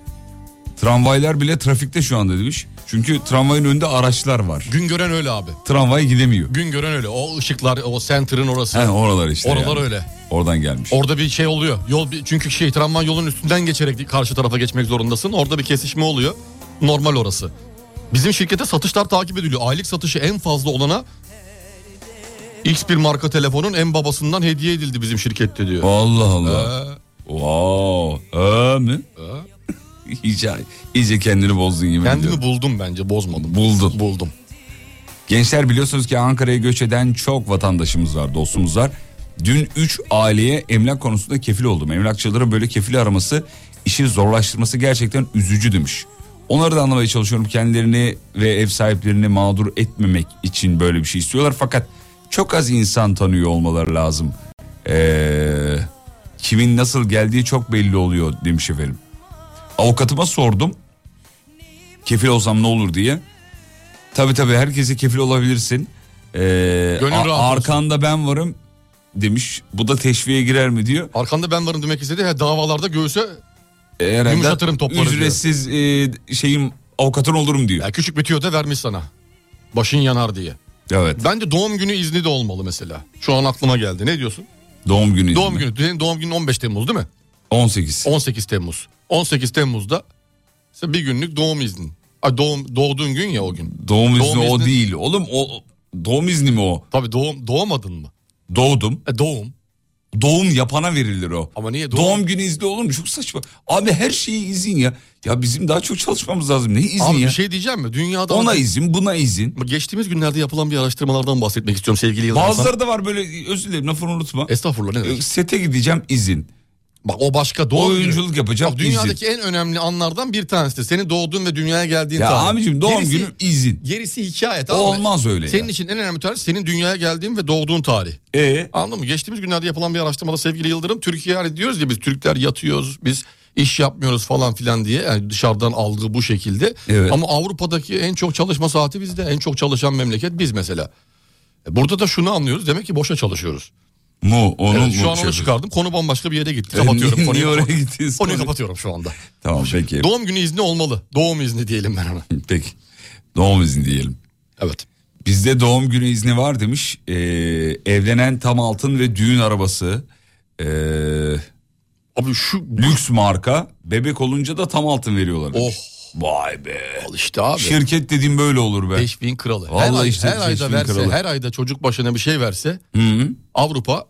tramvaylar bile trafikte şu anda demiş. Çünkü tramvayın önünde araçlar var. Gün gören öyle abi. Tramvay gidemiyor. Gün gören öyle. O ışıklar, o center'ın orası. He, oralar işte. Oralar yani. öyle. Oradan gelmiş. Orada bir şey oluyor. Yol bir- çünkü şey tramvay yolun üstünden geçerek karşı tarafa geçmek zorundasın. Orada bir kesişme oluyor. Normal orası. Bizim şirkete satışlar takip ediliyor. Aylık satışı en fazla olana X bir marka telefonun en babasından hediye edildi bizim şirkette diyor. Allah Allah. Ee, Wow. Ee mi? iyice, iyice kendini bozdun yemin ediyorum. Kendimi buldum bence bozmadım. Buldun. Buldum. Gençler biliyorsunuz ki Ankara'ya göç eden çok vatandaşımız var, dostumuz var. Dün 3 aileye emlak konusunda kefil oldum. Emlakçıların böyle kefil araması, işi zorlaştırması gerçekten üzücü demiş. Onları da anlamaya çalışıyorum. Kendilerini ve ev sahiplerini mağdur etmemek için böyle bir şey istiyorlar. Fakat çok az insan tanıyor olmaları lazım. Ee, kimin nasıl geldiği çok belli oluyor demiş efendim. Avukatıma sordum. Kefil olsam ne olur diye. Tabii tabii herkese kefil olabilirsin. Ee, Gönül a- rahat olsun. arkanda ben varım demiş. Bu da teşviğe girer mi diyor. Arkanda ben varım demek istedi. He, davalarda göğse Ee, Herhalde Yumuşatırım topları diyor. Ücretsiz e, şeyim avukatın olurum diyor. ya küçük bitiyor da vermiş sana. Başın yanar diye. Evet. Bence doğum günü izni de olmalı mesela. Şu an aklıma geldi. Ne diyorsun? Doğum günü. izni. Doğum günü. Senin doğum günün 15 Temmuz değil mi? 18. 18 Temmuz. 18 Temmuz'da işte bir günlük doğum izni. Ay doğum doğduğun gün ya o gün. Doğum izni Doğum o izni- değil. Oğlum o doğum izni mi o? Tabii doğum doğmadın mı? Doğdum. E doğum. Doğum yapana verilir o. Ama niye doğum, doğum? günü izni olur mu? Çok saçma. Abi her şeye izin ya. Ya bizim daha çok çalışmamız lazım. Ne izin Abi ya? bir şey diyeceğim mi? Dünyada Ona izin, buna izin. geçtiğimiz günlerde yapılan bir araştırmalardan bahsetmek istiyorum sevgili Yıldırım. Bazıları da var böyle özür dilerim lafını unutma. Estağfurullah ne Ee, demek? Sete gideceğim izin. Bak o başka doğum günü. Oyunculuk yapacağım Bak, izin. dünyadaki en önemli anlardan bir tanesi de senin doğduğun ve dünyaya geldiğin Ya tarih. abicim doğum Gerisi- günü izin. Gerisi hikaye tamam mı? Olmaz öyle Senin ya. için en önemli tarih senin dünyaya geldiğin ve doğduğun tarih. Ee, Anladın mı? Geçtiğimiz günlerde yapılan bir araştırmada sevgili Yıldırım Türkiye hani diyoruz ya biz Türkler yatıyoruz biz iş yapmıyoruz falan filan diye yani dışarıdan algı bu şekilde. Evet. Ama Avrupa'daki en çok çalışma saati bizde en çok çalışan memleket biz mesela. E, Burada da şunu anlıyoruz demek ki boşa çalışıyoruz. mu onu Evet, mu şu an şey- onu çıkardım konu bambaşka bir yere gitti Ee, kapatıyorum. niye- konuyu. niye oraya gittiniz? E, Konuyu kapatıyorum şu anda. Tamam peki. Doğum günü izni olmalı. Doğum izni diyelim ben ona. Peki. Doğum izni diyelim. Evet. Bizde doğum günü izni var demiş. Ee, evlenen tam altın ve düğün arabası. Ee, Abi şu lüks marka. Bebek olunca da tam altın veriyorlar. oh demiş. Vay be. al işte abi. Şirket dediğim böyle olur be. 5000 kralı. her Vallahi ay- işte her ayda 5000 verse, kralı. her ayda çocuk başına bir şey verse Hı. Avrupa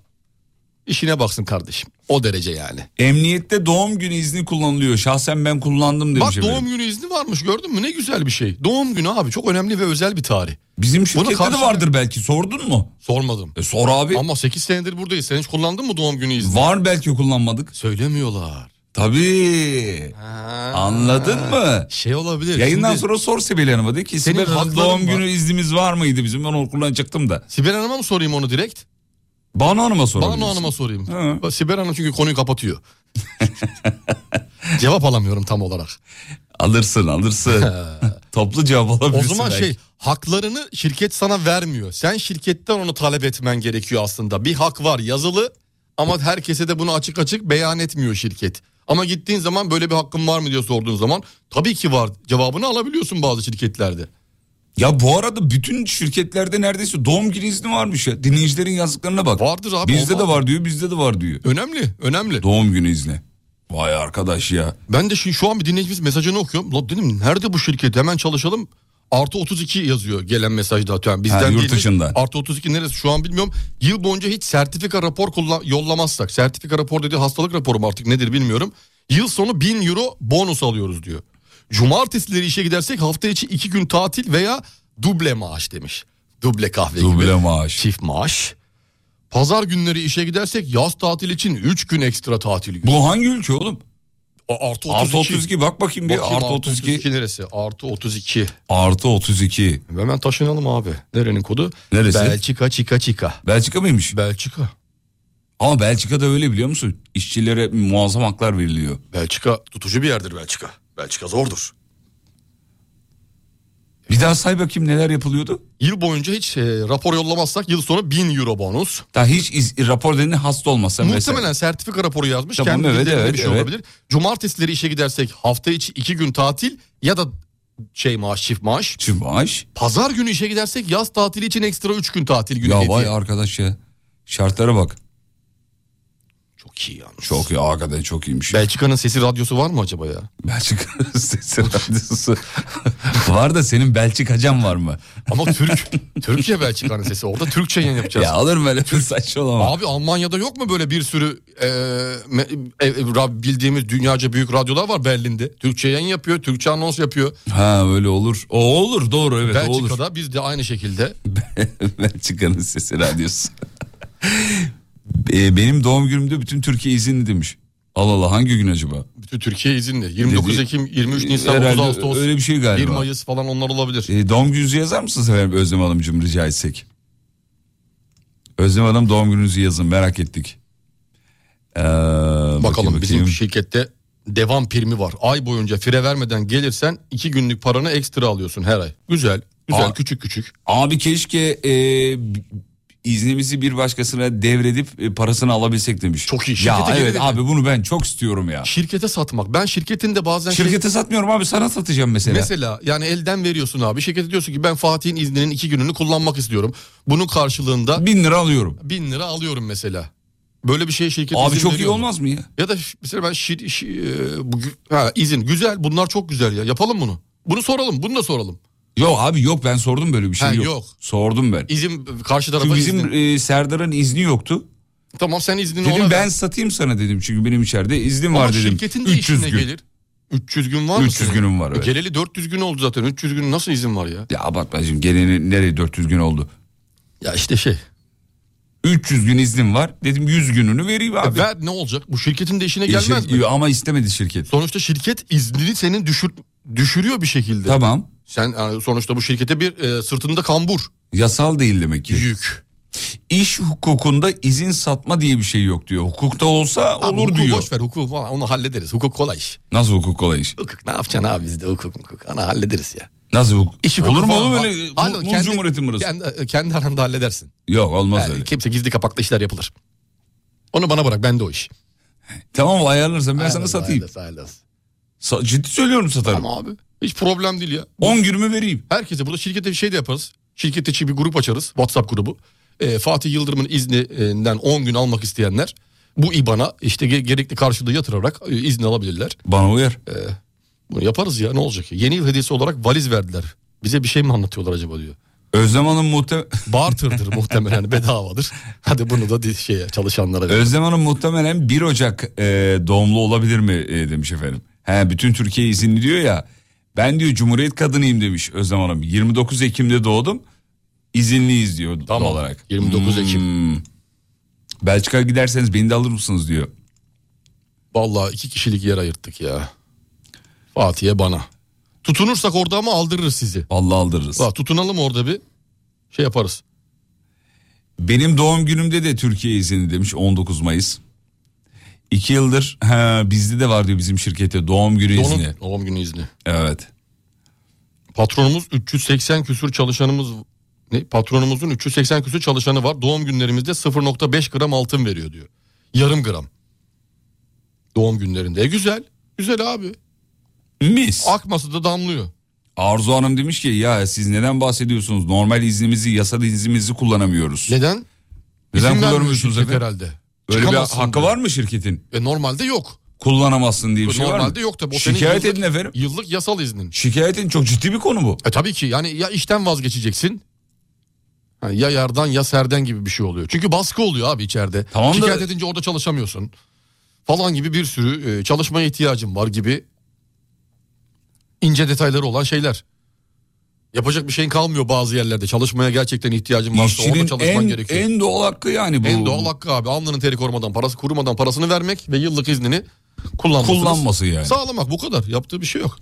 işine baksın kardeşim. O derece yani. Emniyette doğum günü izni kullanılıyor. Şahsen ben kullandım demiş. Bak efendim. doğum günü izni varmış gördün mü ne güzel bir şey. Doğum günü abi çok önemli ve özel bir tarih. Bizim şirkette karşı- de vardır belki. Sordun mu? Sormadım. E sor abi. Ama 8 senedir buradayız. Sen hiç kullandın mı doğum günü izni? Var belki kullanmadık. Söylemiyorlar. Tabii. Anladın mı? Şey olabilir. Yayından şimdi sonra sor Sibel Hanım'a de ki Senin Sibel Hanım hakların doğum var. günü iznimiz var mıydı bizim ben onu kullanacaktım da. Sibel Hanım'a mı sorayım onu direkt? Banu Hanım'a sorabilirsin. Banu Hanım'a sorayım. Hı. Sibel Hanım çünkü konuyu kapatıyor. Cevap alamıyorum tam olarak. Alırsın alırsın. Toplu cevap O alabilirsin. zaman belki. şey haklarını şirket sana vermiyor. Sen şirketten onu talep etmen gerekiyor aslında. Bir hak var yazılı ama herkese de bunu açık açık beyan etmiyor şirket. Ama gittiğin zaman böyle bir hakkın var mı diye sorduğun zaman tabii ki var cevabını alabiliyorsun bazı şirketlerde. Ya bu arada bütün şirketlerde neredeyse doğum günü izni varmış ya. Dinleyicilerin yazdıklarına bak. Vardır abi, Bizde olmaz mı? de var diyor bizde de var diyor. Önemli önemli. Doğum günü izni. Vay arkadaş ya. Ben de şimdi şu an bir dinleyicimiz mesajını okuyorum. La dedim nerede bu şirket hemen çalışalım. Artı 32 yazıyor gelen mesajda. Yani bizden Ha, yurt değilmiş. dışından. Artı 32 neresi şu an bilmiyorum. Yıl boyunca hiç sertifika rapor kullan- yollamazsak. Sertifika rapor dediği hastalık raporu mu artık nedir bilmiyorum. Yıl sonu 1000 euro bonus alıyoruz diyor. Cumartesileri işe gidersek hafta içi 2 gün tatil veya duble maaş demiş. Duble kahve gibi. Duble maaş. Çift maaş. Pazar günleri işe gidersek yaz tatil için 3 gün ekstra tatil günü. Bu hangi ülke oğlum? O artı 32. Artı 32 bak bakayım bir Bakayım artı 32. neresi? Artı 32. Artı 32. Hemen taşınalım abi. Nerenin kodu? Neresi? Belçika çika çika. Belçika mıymış? Belçika. Ama Belçika'da öyle biliyor musun? İşçilere muazzam haklar veriliyor. Belçika tutucu bir yerdir Belçika. Belçika zordur. Bir daha say bakayım neler yapılıyordu? Yıl boyunca hiç e, rapor yollamazsak yıl sonu 1000 euro bonus. Daha hiç iz- rapor dediğin hasta olmasa Muhtemelen sertifika raporu yazmış. Tamam, Kendi evet, dillerinde evet, bir şey evet. olabilir. Cumartesileri işe gidersek hafta içi 2 gün tatil ya da şey maaş çift maaş. Çift maaş. Pazar günü işe gidersek yaz tatili için ekstra 3 gün tatil günü. Ya hediye. vay arkadaş ya. Şartlara bak. Çok iyi yalnız. Çok iyi hakikaten çok iyiymiş. Belçika'nın sesi radyosu var mı acaba ya? Belçika sesi radyosu. var da senin Belçikacan var mı? Ama Türk, Türkçe Belçika'nın sesi. Orada Türkçe yayın yapacağız. Ya olur mu öyle bir saçmalama. Abi Almanya'da yok mu böyle bir sürü e, me- e, e, ra- bildiğimiz dünyaca büyük radyolar var Berlin'de. Türkçe yayın yapıyor, Türkçe anons yapıyor. Ha öyle olur. O olur doğru evet o olur. Belçika'da biz de aynı şekilde. Belçika'nın sesi radyosu. E, Benim doğum günümde bütün Türkiye izinli demiş. Allah Allah hangi gün acaba? Bütün Türkiye izinli. 29 Dedi- Ekim, 23 Nisan, Herhalde 30 Ağustos, Öyle bir şey galiba. 1 Mayıs falan onlar olabilir. E, doğum gününüzü yazar mısınız efendim Özlem Hanımcığım rica etsek? Özlem Hanım doğum gününüzü yazın merak ettik. Ee, bakayım, Bakalım bizim şey- bakayım. şirkette devam primi var. Ay boyunca fire vermeden gelirsen 2 günlük paranı ekstra alıyorsun her ay. Güzel. Güzel Aa. küçük küçük. Abi keşke e, iznimizi bir başkasına devredip e, parasını alabilsek demiş. Çok iyi, Ya şirkete geri evet verin. abi bunu ben çok istiyorum ya. Şirkete satmak. Ben şirketin de bazen şey- Şirkete satmıyorum abi sana satacağım mesela. Mesela yani elden veriyorsun abi. Şirkete diyorsun ki ben Fatih'in izninin iki gününü kullanmak istiyorum. Bunun karşılığında Bin lira alıyorum. bin lira alıyorum mesela. Böyle bir şey şirket Abi izin çok iyi veriyor mu? olmaz mı ya? Ya da ş- mesela ben şir, şi- e, bu gü- ha, izin güzel bunlar çok güzel ya yapalım bunu. Bunu soralım bunu da soralım. Yok abi yok ben sordum böyle bir şey Ha, yok. yok. Sordum ben. İzin e, karşı tarafa Çünkü bizim... bizim e, Serdar'ın izni yoktu. Tamam sen iznini Dedim ona ben ver. satayım sana dedim çünkü benim içeride iznim Ama var dedim. şirketin de 300 işine gün. gelir. 300 gün var mı 300 senin? E, günüm var, evet. Geleli 400 gün oldu zaten 300 gün nasıl izin var ya? Ya abartma şimdi geleni nereye 400 gün oldu? Ya işte şey 300 gün iznim var. Dedim 100 gününü vereyim abi. ver ne olacak bu şirketin de işine E, E, gelmez şir- mi? Ama istemedi şirket. Sonuçta şirket iznini senin düşür, düşürüyor bir şekilde. Tamam. Sen yani sonuçta bu şirkete bir e, sırtında kambur Yasal değil demek ki. yük. İş hukukunda izin satma diye bir şey yok diyor. Hukukta olsa Abi olur hukuku diyor. Boş ver hukuk falan onu hallederiz. Hukuk kolay iş. Nasıl hukuk kolay iş? Hukuk ne yapacaksın abi bizde hukuk hukuk. Ana hallederiz ya. Nasıl hukuk? İş olur hukuku mu falan- oğlum Ha- öyle? Alo, Muz cumhuriyetin burası. Kendi, e, kendi aranda halledersin. Yok olmaz Yani öyle. kimse gizli kapaklı işler yapılır. Onu bana bırak ben de o iş. Tamam ayarlarsan ben sana Hallederiz, satayım. hallederiz, hallederiz. Sa- ciddi söylüyorum satarım. Tamam abi. Hiç problem değil ya. 10 günümü vereyim. Herkese burada şirkete bir şey de yaparız. Şirket içi bir grup açarız. WhatsApp grubu. Ee, Fatih Yıldırım'ın izninden 10 gün almak isteyenler bu IBAN'a işte ge- gerekli karşılığı yatırarak e, izin alabilirler. Bana uyar. Bunu yaparız ya ne olacak? Yeni yıl hediyesi olarak valiz verdiler. Bize bir şey mi anlatıyorlar acaba diyor. Özlem Hanım muhte Barter'dır muhtemelen bedavadır. Hadi bunu da di- şeye, çalışanlara ver. Özlem Hanım muhtemelen 1 Ocak e, doğumlu olabilir mi e, demiş efendim. He, bütün Türkiye izinli diyor ya. Ben diyor Cumhuriyet kadınıyım demiş Özlem Hanım. 29 Ekim'de doğdum. İzinliyiz diyor tam Tamam. olarak. 29 Ekim. Hmm. Belçika giderseniz beni de alır mısınız diyor. Vallahi iki kişilik yer ayırttık ya. Fatih'e bana. Tutunursak orada ama aldırırız sizi. Vallahi aldırırız. Valla tutunalım orada bir şey yaparız. Benim doğum günümde de Türkiye izinli demiş 19 Mayıs. 2 yıldır he, bizde de var diyor bizim şirkette doğum günü Onun izni. doğum günü izni. Evet. Patronumuz 380 küsür çalışanımız ne? Patronumuzun 380 küsür çalışanı var. Doğum günlerimizde 0.5 gram altın veriyor diyor. Yarım gram. Doğum günlerinde. E güzel. Güzel abi. Mis. Akması da damlıyor. Arzu Hanım demiş ki ya siz neden bahsediyorsunuz? Normal iznimizi, yasal iznimizi kullanamıyoruz. Neden? neden İzin vermiyor kullanamıyorsunuz şirket efendim? herhalde. Öyle bir Çıkamazsın hakkı diyor. var mı şirketin? E normalde yok. kullanamazsın diye bir şey var mı? Normalde yok tabii. O senin Şikayet yıllık- edin efendim. Yıllık yasal iznin. Şikayet edin çok ciddi bir konu bu. E tabii ki yani ya işten vazgeçeceksin. Ha, ya yardan ya serden gibi bir şey oluyor. Çünkü baskı oluyor abi içeride. Tamam da- Şikayet edince orada çalışamıyorsun. Falan gibi bir sürü e, çalışmaya ihtiyacın var gibi ince detayları olan şeyler. Yapacak bir şeyin kalmıyor bazı yerlerde. Çalışmaya gerçekten ihtiyacın varsa orada İşçinin çalışman en, gerekiyor. En, en doğal hakkı yani bu. doğal hakkı abi alnının teri korumadan parası kurumadan parasını vermek ve yıllık iznini kullanmasını Kullanması yani. sağlamak bu kadar. Yaptığı bir şey yok.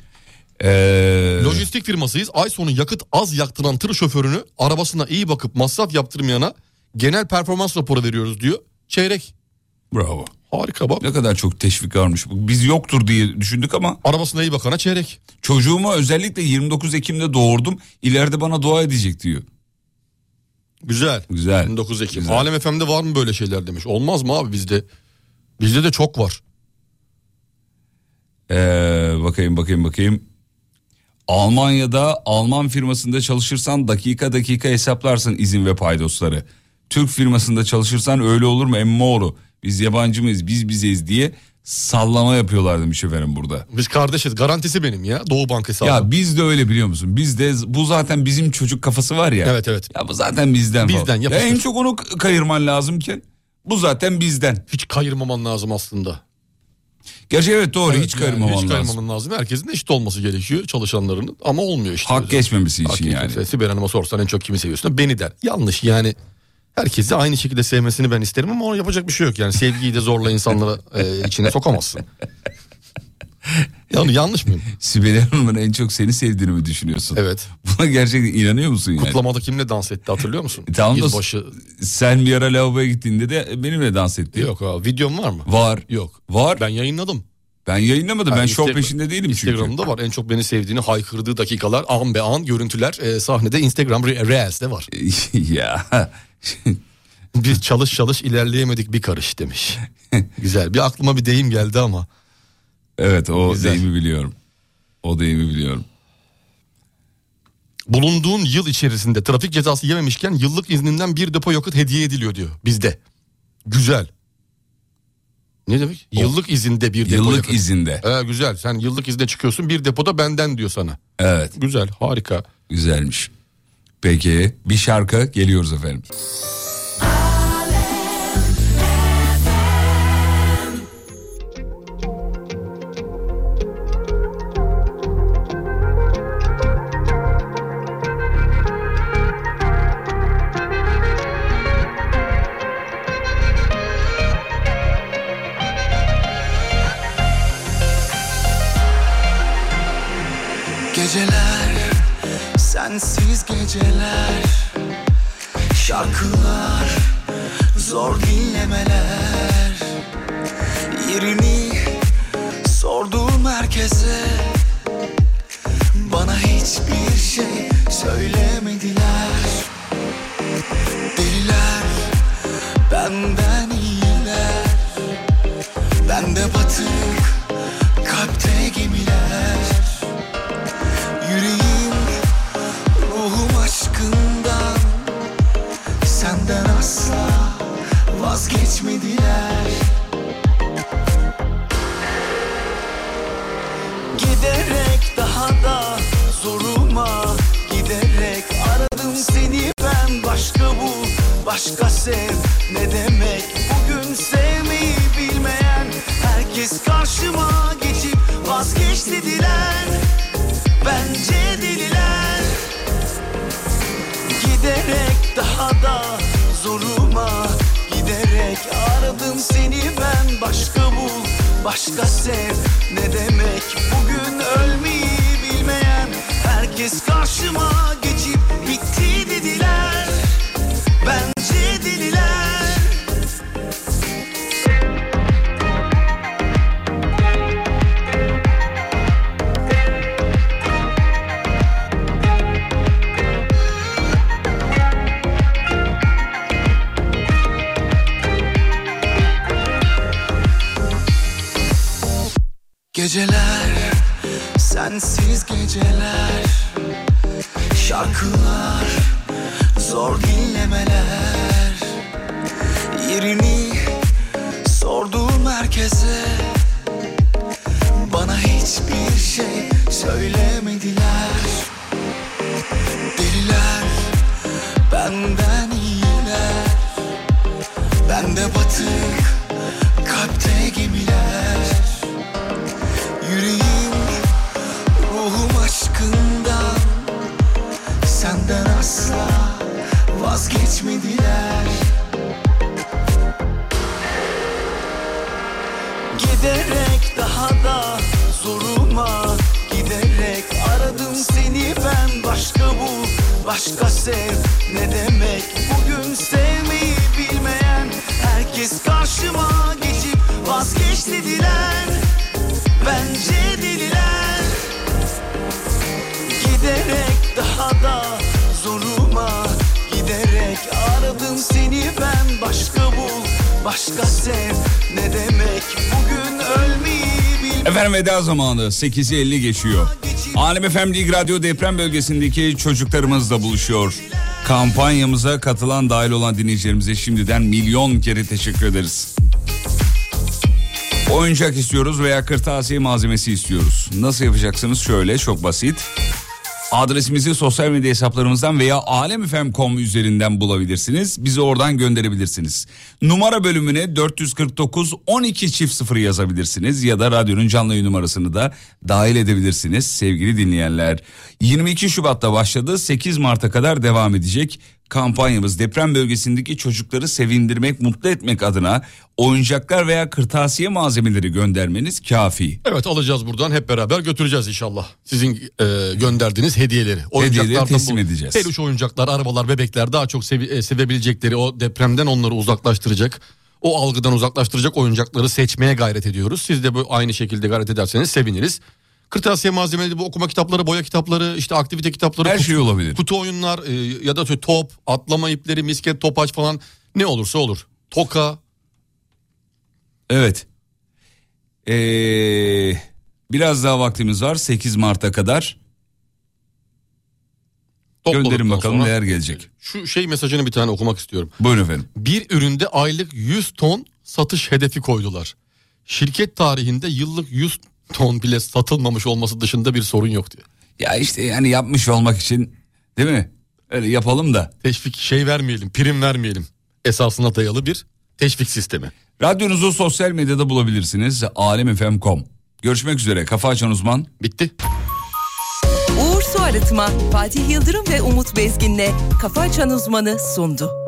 Ee, Lojistik firmasıyız. Ay sonu yakıt az yaktıran tır şoförünü arabasına iyi bakıp masraf yaptırmayana genel performans raporu veriyoruz diyor. Çeyrek. bravo. Harika bak. Ne kadar çok teşvik varmış. Biz yoktur diye düşündük ama Arabasına iyi bakana çeyrek. çocuğuma özellikle 29 Ekim'de doğurdum. İleride bana dua edecek diyor. Güzel. Güzel. 19 Ekim. Güzel. Alem FM'de var mı böyle şeyler demiş. Olmaz mı abi bizde? Bizde de çok var. Ee, bakayım bakayım bakayım. Almanya'da Alman firmasında çalışırsan dakika dakika hesaplarsın izin ve paydosları. Türk firmasında çalışırsan öyle olur mu emmi oğlu? Biz yabancı mıyız biz bizeyiz diye sallama yapıyorlar demiş efendim burada. Biz kardeşiz. Garantisi benim ya. Doğu Bankası. Ya abi. biz de öyle biliyor musun? Biz de bu zaten bizim çocuk kafası var ya. Evet evet. Ya bu zaten bizden falan. Bizden, ya yapıştır. en çok onu k- kayırman lazımken bu zaten bizden. Hiç kayırmaman lazım aslında. Gerçi evet doğru Evet, hiç yani kayırmaman Hiç lazım. kayırmaman lazım. Herkesin eşit olması gerekiyor çalışanlarının. Ama olmuyor işte. Hak geçmemesi için Hakikaten yani. sen Sibel Hanım'a sorsan en çok kimi seviyorsun? Beni der. Yanlış yani. Herkesi aynı şekilde sevmesini ben isterim ama ona yapacak bir şey yok. Yani sevgiyi de zorla insanlara e, içine sokamazsın. Yani yanlış mıyım? Sibel Hanım'ın en çok seni sevdiğini mi düşünüyorsun? Evet. Buna gerçekten inanıyor musun yani? Kutlamada kimle dans etti hatırlıyor musun? E Tamam da Yılbaşı. sen bir ara lavaboya gittiğinde de benimle dans etti. Yok abi. Videom var mı? Var. Yok. Var. Ben Ben, yayınladım. yayınlamadım. ben Yani şov Instagram- peşinde değilim çünkü. Instagram'da var. En çok beni sevdiğini haykırdığı dakikalar an be an görüntüler e, sahnede Instagram Re- Reels'te var. E. ya. Biz çalış çalış ilerleyemedik bir karış demiş. Güzel. Bir aklıma bir deyim geldi ama. evet o Güzel. deyimi biliyorum. O deyimi biliyorum. Bulunduğun yıl içerisinde trafik cezası yememişken yıllık izninden bir depo yakıt hediye ediliyor diyor bizde. Güzel. Ne demek? Yıllık izinde bir depo Yıllık yakıt. izinde. Ee, güzel. Sen yıllık izne çıkıyorsun bir depoda benden diyor sana. Evet Güzel harika. güzelmiş. Peki bir şarkı geliyoruz efendim. Geceler, sensiz geceler Şarkılar, zor dinlemeler Yerini sorduğum herkese Bana hiçbir şey söylemediler Deliler, benden iyiler Bende batık, kalpte gemiler Yüreğim ruhum aşkından Senden asla vazgeçmediler Giderek daha da zoruma Giderek aradım seni ben Başka bu başka sev ne demek Bugün sevmeyi bilmeyen Herkes karşıma geçip vazgeç dediler Bence deliler Giderek daha da zoruma Giderek aradım seni ben Başka bul, başka sev Ne demek bugün ölmeyi bilmeyen Herkes karşıma geçip bitti dediler Bence deliler Geceler, sensiz geceler Şarkılar, zor dinlemeler Yerini sorduğum herkese şey söylemediler Deliler benden iyiler Bende batık kalpte gemiler Yüreğim ruhum aşkından Senden asla vazgeçmediler Giderek daha da zoruma giderek aradım seni ben başka bu başka sev ne demek bugün sevmeyi bilmeyen herkes karşıma geçip vazgeç dediler bence deliler giderek daha da zoruma giderek aradım seni ben başka bul başka sev ne demek bugün ölmeyi bilmeyen Efendim veda zamanı 8.50 geçiyor. Alem Efendi Lig Radyo deprem bölgesindeki çocuklarımızla buluşuyor. Kampanyamıza katılan dahil olan dinleyicilerimize şimdiden milyon kere teşekkür ederiz. Oyuncak istiyoruz veya kırtasiye malzemesi istiyoruz. Nasıl yapacaksınız? Şöyle çok basit. Adresimizi sosyal medya hesaplarımızdan veya alemfm.com üzerinden bulabilirsiniz. Bizi oradan gönderebilirsiniz. Numara bölümüne 449 12 çift 0 yazabilirsiniz ya da radyonun canlı yayın numarasını da dahil edebilirsiniz sevgili dinleyenler. 22 Şubat'ta başladı 8 Mart'a kadar devam edecek kampanyamız deprem bölgesindeki çocukları sevindirmek, mutlu etmek adına oyuncaklar veya kırtasiye malzemeleri göndermeniz kafi. Evet alacağız buradan hep beraber götüreceğiz inşallah. Sizin e, gönderdiğiniz hediyeleri. Oyuncaklardan teslim bu- edeceğiz. Peluş oyuncaklar, arabalar, bebekler daha çok sevi- e, sevebilecekleri o depremden onları uzaklaştıracak. O algıdan uzaklaştıracak oyuncakları seçmeye gayret ediyoruz. Siz de bu aynı şekilde gayret ederseniz seviniriz. Kırtasiye malzemeleri, bu okuma kitapları, boya kitapları, işte aktivite kitapları, Her kutu- şey olabilir. kutu oyunlar e, ya da şöyle top, atlama ipleri, misket, topaç falan ne olursa olur. Toka, Evet. Ee, biraz daha vaktimiz var 8 Mart'a kadar. topladıktan Gönderin bakalım sonra- neler gelecek. Şu şey mesajını bir tane okumak istiyorum. Buyurun efendim. bir üründe aylık 100 ton satış hedefi koydular. Şirket tarihinde yıllık 100 ton bile satılmamış olması dışında bir sorun yok diyor. Ya işte yani yapmış olmak için değil mi? Öyle yapalım da. Teşvik şey vermeyelim, prim vermeyelim. Esasına dayalı bir teşvik sistemi. Radyonuzu sosyal medyada bulabilirsiniz. Alemfm.com. Görüşmek üzere. Kafa açan uzman. Bitti. Uğur Su Arıtma, Fatih Yıldırım ve Umut Bezgin'le Kafa Açan Uzmanı sundu.